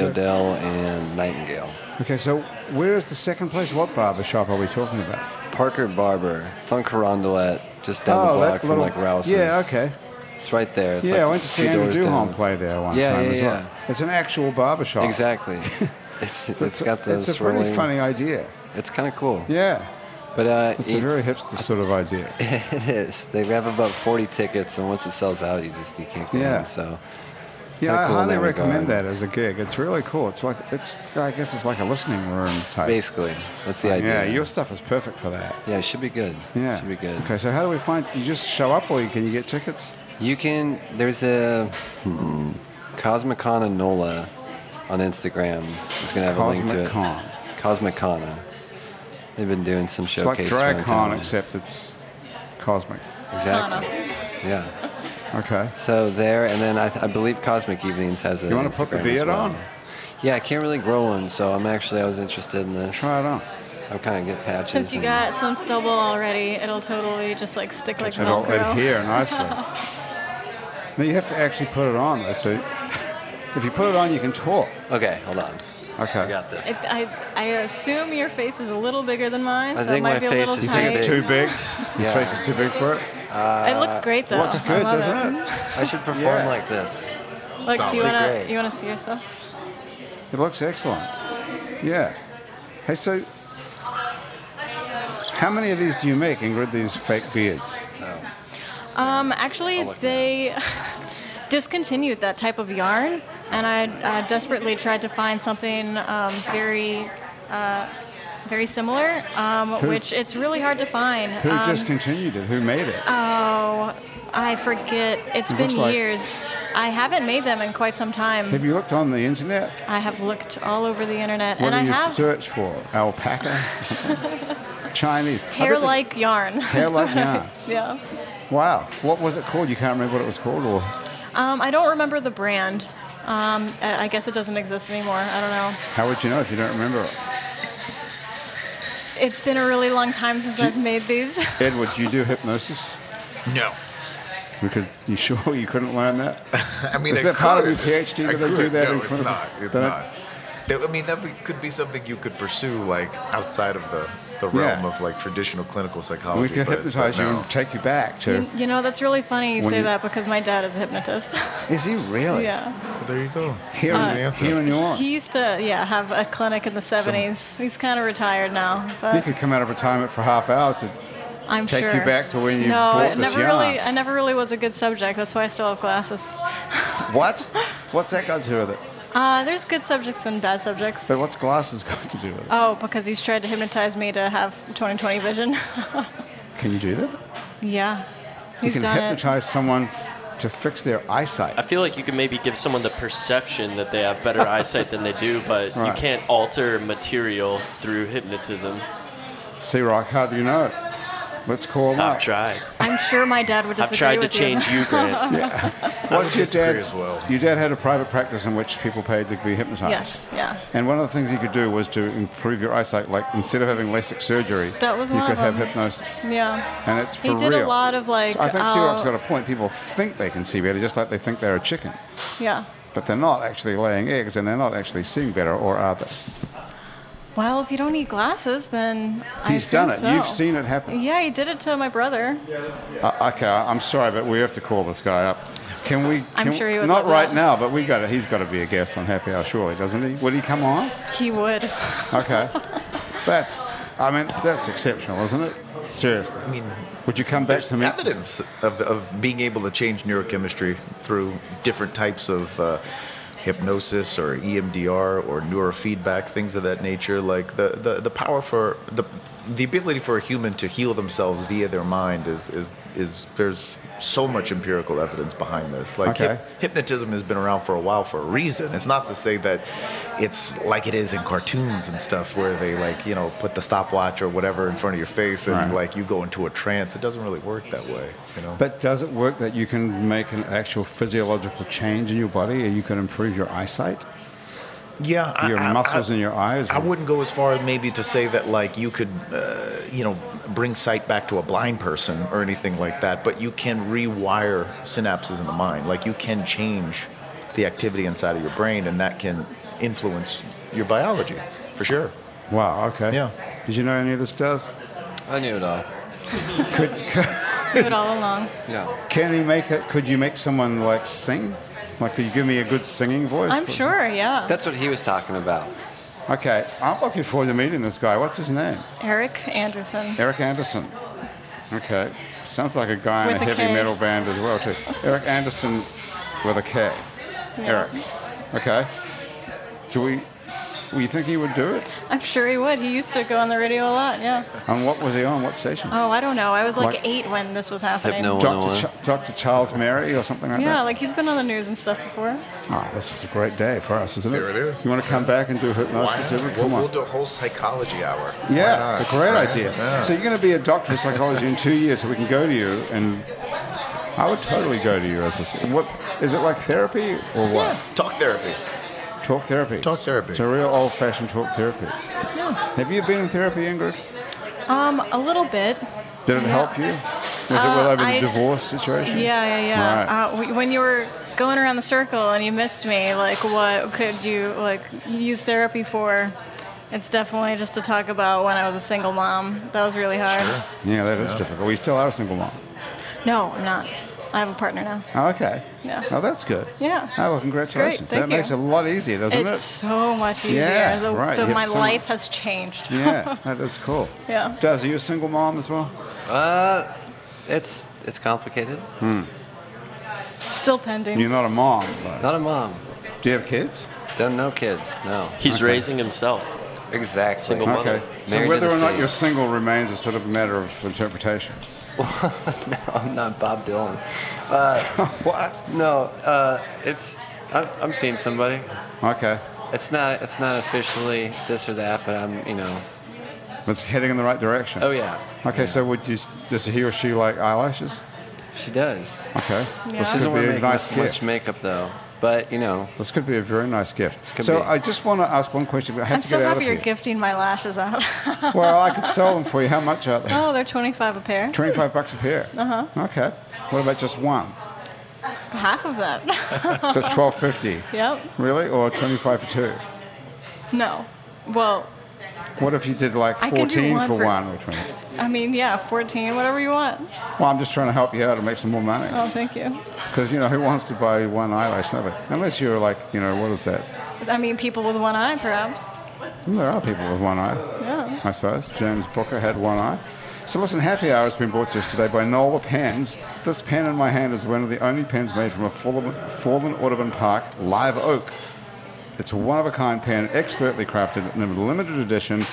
Speaker 1: Where's that?
Speaker 3: Odell and Nightingale.
Speaker 1: Okay, so where is the second place? What barber shop are we talking about? Oh,
Speaker 3: Parker Barber. It's on Carondelet, just down the block from like Rouse's.
Speaker 1: Yeah, okay.
Speaker 3: It's right there. It's
Speaker 1: yeah,
Speaker 3: like
Speaker 1: I went to see
Speaker 3: two
Speaker 1: Andrew
Speaker 3: doors
Speaker 1: Duhon
Speaker 3: down.
Speaker 1: play there one
Speaker 3: Yeah,
Speaker 1: time
Speaker 3: yeah,
Speaker 1: as well.
Speaker 3: yeah.
Speaker 1: It's an actual barber shop.
Speaker 3: Exactly. it's it's got the
Speaker 1: It's a
Speaker 3: swirling.
Speaker 1: pretty funny idea.
Speaker 3: It's kind of cool.
Speaker 1: Yeah,
Speaker 3: But uh,
Speaker 1: it's
Speaker 3: you-
Speaker 1: a very hipster sort of idea.
Speaker 3: it is. They have about 40 tickets, and once it sells out, you just you can't go
Speaker 1: Yeah.
Speaker 3: in. So
Speaker 1: Yeah, I
Speaker 3: cool in
Speaker 1: highly
Speaker 3: that
Speaker 1: recommend
Speaker 3: regard.
Speaker 1: that as a gig. It's really cool. It's like it's. I guess it's like a listening room type.
Speaker 3: basically, that's the
Speaker 1: Uh, Yeah,
Speaker 3: idea.
Speaker 1: your stuff is perfect for that.
Speaker 3: yeah, it should be good.
Speaker 1: Yeah.
Speaker 3: should be good.
Speaker 1: Okay, so how do we find? You just show up, or you, can you get tickets?
Speaker 3: You can. There's a hmm, Cosmicana Nola on Instagram. It's gonna have a link to it.
Speaker 1: Cosmic Con.
Speaker 3: Cosmicana. They've been doing some
Speaker 1: It's like
Speaker 3: showcases. around
Speaker 1: DragCon,
Speaker 3: town.
Speaker 1: except it's cosmic.
Speaker 3: Exactly.
Speaker 4: Kana.
Speaker 3: Yeah.
Speaker 1: Okay.
Speaker 3: So there, and then I, I believe Cosmic Evenings has a.
Speaker 1: You want to put the beard on?
Speaker 3: Yeah, I can't really grow one, so I'm actually I was interested in this.
Speaker 1: Try it on.
Speaker 3: I'm kind of get patches.
Speaker 4: Since you
Speaker 3: and-
Speaker 4: got some stubble already, it'll totally just like stick like
Speaker 1: It'll
Speaker 4: Velcro.
Speaker 1: adhere nicely. now you have to actually put it on though. So if you put it on, you can talk.
Speaker 3: Okay, hold on. I
Speaker 1: Okay.
Speaker 3: got this.
Speaker 4: I, I, I assume your face is a little bigger than mine,
Speaker 3: I
Speaker 4: so
Speaker 3: think
Speaker 4: it might
Speaker 3: my
Speaker 4: be a
Speaker 3: face
Speaker 4: little
Speaker 3: is
Speaker 1: You think
Speaker 4: tight.
Speaker 1: it's too big? His
Speaker 3: Yeah.
Speaker 1: face is too big for it.
Speaker 4: it looks great though.
Speaker 1: Looks
Speaker 4: I
Speaker 1: good,
Speaker 4: love
Speaker 1: doesn't it?
Speaker 3: I should perform
Speaker 1: Yeah.
Speaker 3: like this.
Speaker 4: Like, do you
Speaker 3: Solid.
Speaker 4: wanna
Speaker 3: Great.
Speaker 4: you wanna see yourself?
Speaker 1: It looks excellent. Yeah. Hey, so how many of these do you make, Ingrid? These fake beards?
Speaker 4: Um, actually,
Speaker 3: look
Speaker 4: they discontinued that type of yarn, and I uh, desperately tried to find something um, very, uh, very similar, um, which it's really hard to find.
Speaker 1: Who
Speaker 4: Um,
Speaker 1: discontinued it? Who made it?
Speaker 4: oh, I forget. It's
Speaker 1: It
Speaker 4: been
Speaker 1: looks like-
Speaker 4: years. I haven't made them in quite some time.
Speaker 1: have you looked on the internet?
Speaker 4: I have looked all over the internet,
Speaker 1: What
Speaker 4: and
Speaker 1: do
Speaker 4: I
Speaker 1: you
Speaker 4: have
Speaker 1: search for? Alpaca? Chinese. I bet the-
Speaker 4: hair-like yarn.
Speaker 1: Hair like yarn.
Speaker 4: yeah.
Speaker 1: Wow. What was it called? You can't remember what it was called, or
Speaker 4: Um, I don't remember the brand. Um, I I guess it doesn't exist anymore. I don't know.
Speaker 1: how would you know if you don't remember it?
Speaker 4: It's been a really long time since I've made these.
Speaker 1: Edward, do you do hypnosis?
Speaker 2: No.
Speaker 1: We could. You sure you couldn't learn that?
Speaker 2: I mean,
Speaker 1: Is
Speaker 2: I
Speaker 1: that part of your
Speaker 2: could.
Speaker 1: PhD?
Speaker 2: I
Speaker 1: Do they do
Speaker 2: could.
Speaker 1: that
Speaker 2: no,
Speaker 1: in
Speaker 2: it's
Speaker 1: front of-
Speaker 2: not. It's
Speaker 1: They don't-
Speaker 2: not. That- I mean, that be- could be something you could pursue, like outside of the, the realm
Speaker 1: Yeah.
Speaker 2: of like traditional clinical psychology.
Speaker 1: We could
Speaker 2: but-
Speaker 1: hypnotize
Speaker 2: but
Speaker 1: you
Speaker 2: no.
Speaker 1: and take you back to.
Speaker 4: You know, that's really funny you
Speaker 1: When
Speaker 4: say
Speaker 1: you-
Speaker 4: that because my dad is a hypnotist.
Speaker 1: Is he really?
Speaker 4: yeah.
Speaker 2: Well, there you go.
Speaker 1: Here,
Speaker 2: Here's the answer.
Speaker 1: Uh, here in New Orleans.
Speaker 4: He used to, yeah, have a clinic in the 70s. He's kind of retired now,
Speaker 1: you
Speaker 4: but
Speaker 1: could come out of retirement for half hour to.
Speaker 4: I'm
Speaker 1: take you
Speaker 4: sure.
Speaker 1: back to when you
Speaker 4: no,
Speaker 1: bought
Speaker 4: I
Speaker 1: this
Speaker 4: never
Speaker 1: yarn.
Speaker 4: really, I never really was a good subject. That's why I still have glasses.
Speaker 1: What? What's that got to do with it?
Speaker 4: Uh, there's good subjects and bad subjects.
Speaker 1: But what's glasses got to do with it?
Speaker 4: Oh, because he's tried to hypnotize me to have 20/20 vision.
Speaker 1: Can you do that?
Speaker 4: yeah,
Speaker 1: You
Speaker 4: he's
Speaker 1: can
Speaker 4: done it.
Speaker 1: hypnotize someone to fix their eyesight.
Speaker 6: I feel like you can maybe give someone the perception that they have better eyesight than they do, but you
Speaker 1: Right.
Speaker 6: can't alter material through hypnotism.
Speaker 1: See, Rock, how do you know it? Let's call him
Speaker 6: I've
Speaker 1: up.
Speaker 6: tried.
Speaker 4: I'm sure my dad would disagree
Speaker 6: I've tried to
Speaker 4: with you.
Speaker 6: change you, Grant.
Speaker 1: What's
Speaker 2: would
Speaker 1: your
Speaker 2: disagree
Speaker 1: dad's?
Speaker 2: as well.
Speaker 1: Your dad had a private practice in which people paid to be hypnotized.
Speaker 4: Yes, yeah.
Speaker 1: And one of the things you could do was to improve your eyesight. Like instead of having LASIK surgery,
Speaker 4: That was
Speaker 1: you
Speaker 4: one
Speaker 1: could
Speaker 4: of
Speaker 1: have
Speaker 4: them.
Speaker 1: hypnosis.
Speaker 4: Yeah.
Speaker 1: And it's for
Speaker 4: He did a
Speaker 1: real.
Speaker 4: lot of, like,
Speaker 1: So I think
Speaker 4: uh,
Speaker 1: Xeroc's got a point. People think they can see better, just like they think they're a chicken,
Speaker 4: Yeah.
Speaker 1: but they're not actually laying eggs, and they're not actually seeing better, or are they?
Speaker 4: Well, if you don't need glasses, then I
Speaker 1: He's done it.
Speaker 4: assume so.
Speaker 1: You've seen it happen.
Speaker 4: Yeah, he did it to my brother.
Speaker 1: Uh, okay, I- I'm sorry, but we have to call this guy up. Can we? Can
Speaker 4: I'm sure he would
Speaker 1: Not
Speaker 4: love
Speaker 1: right
Speaker 4: that.
Speaker 1: now, but we got. to He's got to be a guest on Happy Hour, surely, doesn't he? Would he come on?
Speaker 4: He would.
Speaker 1: Okay. that's. I mean, that's exceptional, isn't it? Seriously. I mean, would you come back to me?
Speaker 2: evidence of, of being able to change neurochemistry through different types of uh, hypnosis or E EMDR or neurofeedback, things of that nature. Like the, the, the power for the the ability for a human to heal themselves via their mind is is, is there's so much empirical evidence behind this. Like
Speaker 1: Okay.
Speaker 2: hyp- hypnotism has been around for a while for a reason. It's not to say that it's like it is in cartoons and stuff where they like, you know, put the stopwatch or whatever in front of your face and
Speaker 1: Right.
Speaker 2: like you go into a trance. It doesn't really work that way, you know.
Speaker 1: But does it work that you can make an actual physiological change in your body, and you can improve your eyesight,
Speaker 2: yeah, I-
Speaker 1: your
Speaker 2: I-
Speaker 1: muscles
Speaker 2: I,
Speaker 1: in your eyes?
Speaker 2: I wouldn't go as far as maybe to say that like you could, uh, you know, bring sight back to a blind person or anything like that. But you can rewire synapses in the mind. Like you can change the activity inside of your brain, and that can influence your biology for sure.
Speaker 1: Wow. Okay.
Speaker 2: Yeah.
Speaker 1: Did you know any of this does?
Speaker 3: I knew it all.
Speaker 1: Could, could
Speaker 4: Do it all along.
Speaker 3: Yeah.
Speaker 1: can he make it? Could you make someone like sing? Like, could you give me a good singing voice?
Speaker 4: I'm sure, yeah.
Speaker 3: That's what he was talking about.
Speaker 1: Okay. I'm looking forward to meeting this guy. What's his name?
Speaker 4: Eric Anderson.
Speaker 1: Eric Anderson. Okay. Sounds like a guy in
Speaker 4: With
Speaker 1: a
Speaker 4: a
Speaker 1: heavy
Speaker 4: K.
Speaker 1: metal band as well, too. Eric Anderson with a K. Eric. Okay. Do we. Well, you think he would do it?
Speaker 4: I'm sure he would. He used to go on the radio a lot, yeah.
Speaker 1: And what was he on? What station?
Speaker 4: Oh, I don't know. I was like,
Speaker 1: Like-
Speaker 4: eight when this was happening.
Speaker 3: Hypno-
Speaker 1: Dr.
Speaker 3: Illinois.
Speaker 1: Ch- Dr. Charles Mary or something like
Speaker 4: Yeah,
Speaker 1: that?
Speaker 4: like he's been on the news and stuff before.
Speaker 1: Ah, this is a great day for us, isn't it?
Speaker 2: There it is.
Speaker 1: You want to come back and do hypnosis? Edward?
Speaker 2: We'll,
Speaker 1: Come on.
Speaker 2: we'll do a whole psychology hour.
Speaker 1: Yeah,
Speaker 2: Why
Speaker 1: it's a
Speaker 2: not?
Speaker 1: great
Speaker 2: Right?
Speaker 1: idea.
Speaker 2: Yeah.
Speaker 1: So you're going to be a doctor of psychology in two years, so we can go to you, and I would totally go to you as a. What is it like therapy or what?
Speaker 2: Talk therapy.
Speaker 1: Talk therapy.
Speaker 2: Talk therapy.
Speaker 1: It's a real old-fashioned talk therapy. Have you been in therapy, Ingrid?
Speaker 4: Um, a little bit.
Speaker 1: Did it
Speaker 4: Yeah.
Speaker 1: help you? Was it well
Speaker 4: Uh,
Speaker 1: over the
Speaker 4: I-
Speaker 1: divorce situation?
Speaker 4: Yeah, yeah, yeah.
Speaker 1: Right.
Speaker 4: Uh, w- when you were going around the circle and you missed me, like, what could you like use therapy for? It's definitely just to talk about when I was a single mom. That was really hard.
Speaker 1: Yeah, that is difficult. Well, you still are a single mom.
Speaker 4: No, I'm not. I have a partner now.
Speaker 1: Oh, okay.
Speaker 4: Yeah.
Speaker 1: Oh, that's good.
Speaker 4: Yeah.
Speaker 1: Oh, well, congratulations.
Speaker 4: thank
Speaker 1: that makes it
Speaker 4: you.
Speaker 1: a lot easier, doesn't
Speaker 4: it's
Speaker 1: it?
Speaker 4: so much easier.
Speaker 1: Yeah,
Speaker 4: the,
Speaker 1: right.
Speaker 4: the-
Speaker 1: You have
Speaker 4: my
Speaker 1: some-
Speaker 4: life has changed.
Speaker 1: Yeah, that is cool.
Speaker 4: Yeah.
Speaker 1: Does are you a single mom as well?
Speaker 3: Uh, it's it's complicated.
Speaker 4: Still pending.
Speaker 1: You're not a mom, though.
Speaker 3: Not a mom.
Speaker 1: Do you have kids?
Speaker 3: Done no kids. No.
Speaker 6: He's raising himself.
Speaker 3: Exactly.
Speaker 6: Single mom.
Speaker 1: Okay. So
Speaker 3: Married
Speaker 1: whether
Speaker 3: to the
Speaker 1: or not
Speaker 3: sea.
Speaker 1: you're single remains a sort of matter of interpretation.
Speaker 3: no, I'm not Bob Dylan.
Speaker 1: What?
Speaker 3: No. Uh, it's I'm, I'm seeing somebody.
Speaker 1: Okay.
Speaker 3: It's not it's not officially this or that, but I'm you know.
Speaker 1: It's heading in the right direction.
Speaker 3: Oh yeah,
Speaker 1: Okay, so would you, does he or she like eyelashes?
Speaker 3: she does.
Speaker 1: Okay.
Speaker 4: Yeah.
Speaker 1: This
Speaker 3: She doesn't
Speaker 1: could be
Speaker 3: want to
Speaker 1: a
Speaker 3: make
Speaker 1: nice
Speaker 3: much,
Speaker 1: gift.
Speaker 3: much makeup though, but you know.
Speaker 1: This could be a very nice gift.
Speaker 3: Could
Speaker 1: So
Speaker 3: be.
Speaker 1: I just want to ask one question. But I have
Speaker 4: I'm
Speaker 1: to
Speaker 4: so
Speaker 1: get out
Speaker 4: happy
Speaker 1: of
Speaker 4: you're
Speaker 1: here.
Speaker 4: gifting my lashes out.
Speaker 1: Well, I could sell them for you. How much are they?
Speaker 4: oh, they're 25 a pair.
Speaker 1: 25 bucks a pair.
Speaker 4: Uh-huh.
Speaker 1: Okay. What about just one?
Speaker 4: Half of that.
Speaker 1: So it's 12.50.
Speaker 4: yep.
Speaker 1: Really? Or 25 for two?
Speaker 4: No. Well,
Speaker 1: What if you did like
Speaker 4: I can do
Speaker 1: 14
Speaker 4: one
Speaker 1: for
Speaker 4: for-
Speaker 1: one or 20?
Speaker 4: I mean, yeah, 14, whatever you want.
Speaker 1: Well, I'm just trying to help you out and make some more money.
Speaker 4: Oh, thank you.
Speaker 1: Because you know who wants to buy one eyelash never? Unless you're like you know what is that?
Speaker 4: I mean, people with one eye, perhaps.
Speaker 1: Well, there are people with one eye,
Speaker 4: Yeah.
Speaker 1: I suppose. James Booker had one eye. So listen, Happy Hour has been brought to us today by Nola Pens. This pen in my hand is one of the only pens made from a fallen, fallen Audubon Park live oak. It's a one of a kind pen, expertly crafted in a limited edition.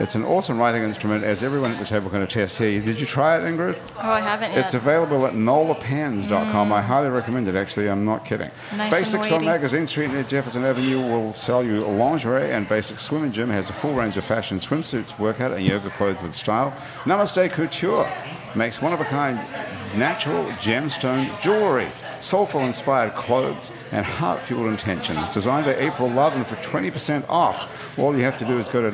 Speaker 1: It's an awesome writing instrument, as everyone at the table can attest here. Did you try it, Ingrid?
Speaker 4: Oh, I haven't yet.
Speaker 1: It's available at nolapens.com. I highly recommend it, actually. I'm not kidding.
Speaker 4: Nice and
Speaker 1: Basics on
Speaker 4: weighty.
Speaker 1: Magazine Street near Jefferson Avenue will sell you lingerie, and Basics Swim and Gym has a full range of fashion swimsuits, workout, and yoga clothes with style. Namaste Couture makes one of a kind natural gemstone jewelry. Soulful inspired clothes and heart fueled intentions. Designed by April Love and for 20% off. All you have to do is go to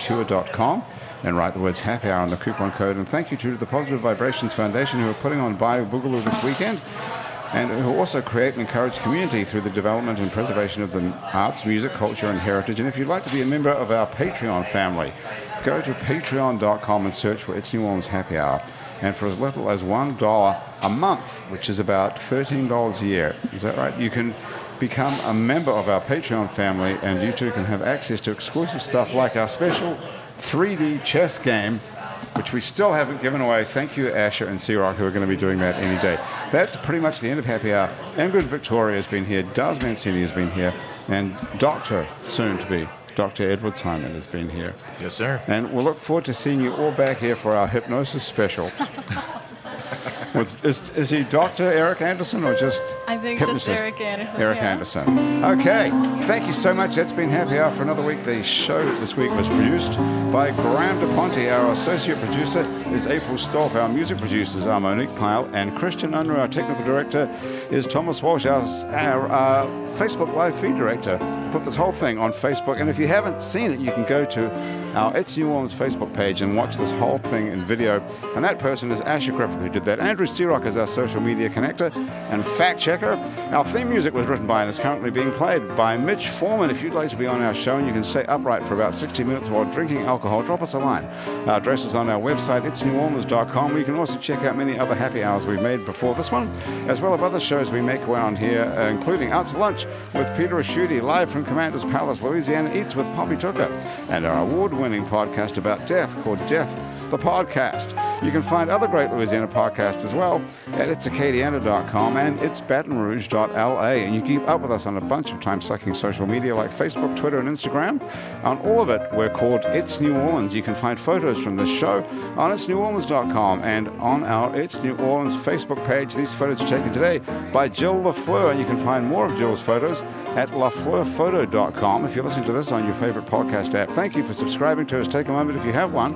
Speaker 1: namastecouture.com and write the words happy hour on the coupon code. And thank you to the Positive Vibrations Foundation who are putting on Bio Boogaloo this weekend and who also create and encourage community through the development and preservation of the arts, music, culture, and heritage. And if you'd like to be a member of our Patreon family, go to patreon.com and search for It's New Orleans Happy Hour. and for as little as $1 a month, which is about $13 a year. Is that right? You can become a member of our Patreon family, and you too can have access to exclusive stuff like our special 3D chess game. Which we still haven't given away. Thank you, Asher and Sea Rock, who are going to be doing that any day. That's pretty much the end of Happy Hour. Ingrid Victoria has been here, Daz Mancini has been here, and Doctor, soon to be, Dr. Edward Simon has been here.
Speaker 2: Yes, sir.
Speaker 1: And we'll look forward to seeing you all back here for our hypnosis special. With, is, is he Dr. Eric Anderson or just
Speaker 4: I think just
Speaker 1: hypnotist?
Speaker 4: Eric Anderson,
Speaker 1: Eric
Speaker 4: yeah.
Speaker 1: Anderson. Okay, thank you so much. That's been Happy Hour for another week. The show this week was produced by Graham DePonte. Our associate producer is April Stolf. Our music producers are Monique Pyle and Christian Unruh. Our technical director is Thomas Walsh. Our, our uh, Facebook Live feed director put this whole thing on Facebook. And if you haven't seen it, you can go to our It's New Orleans Facebook page and watch this whole thing in video. And that person is Asher Griffith who did that. Andrew Searock is our social media connector and fact checker. Our theme music was written by and is currently being played by Mitch Foreman. If you'd like to be on our show and you can stay upright for about 60 minutes while drinking alcohol, drop us a line. Our address is on our website, itsneworleans.com, where you can also check out many other happy hours we've made before this one, as well as other shows we make around here, uh, including Out to Lunch with Peter Aschuti, live from Commander's Palace, Louisiana, Eats with Poppy Tucker, and our award winning podcast about death called Death the Podcast. You can find other great Louisiana podcasts as well at itsacadiana.com and itsbatonrouge.la. And you keep up with us on a bunch of time sucking social media like Facebook, Twitter, and Instagram. On all of it, we're called It's New Orleans. You can find photos from this show on itsneworleans.com and on our It's New Orleans Facebook page. These photos are taken today by Jill LaFleur, and you can find more of Jill's photos at lafleurphoto.com. If you're listening to this on your favorite podcast app, thank you for subscribing to us. Take a moment if you have one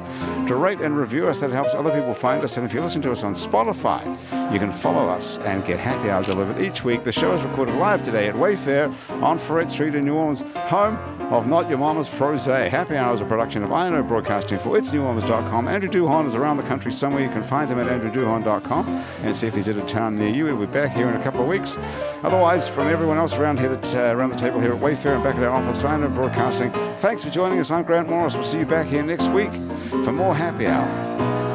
Speaker 1: to rate and review us. That helps other people find us. And if you listen to us on Spotify, you can follow us and get happy hour delivered each week. The show is recorded live today at Wayfair on Ferret Street in New Orleans, home of Not Your Mama's Froze. Happy Hour is a production of INO Broadcasting for itsneworleans.com. Andrew Duhon is around the country somewhere. You can find him at andrewduhon.com and see if he's at a town near you. We'll be back here in a couple of weeks. Otherwise, from everyone else around here, that, uh, around the table here at Wayfair and back at our office, INO Broadcasting, thanks for joining us. I'm Grant Morris. We'll see you back here next week for more Happy Hour.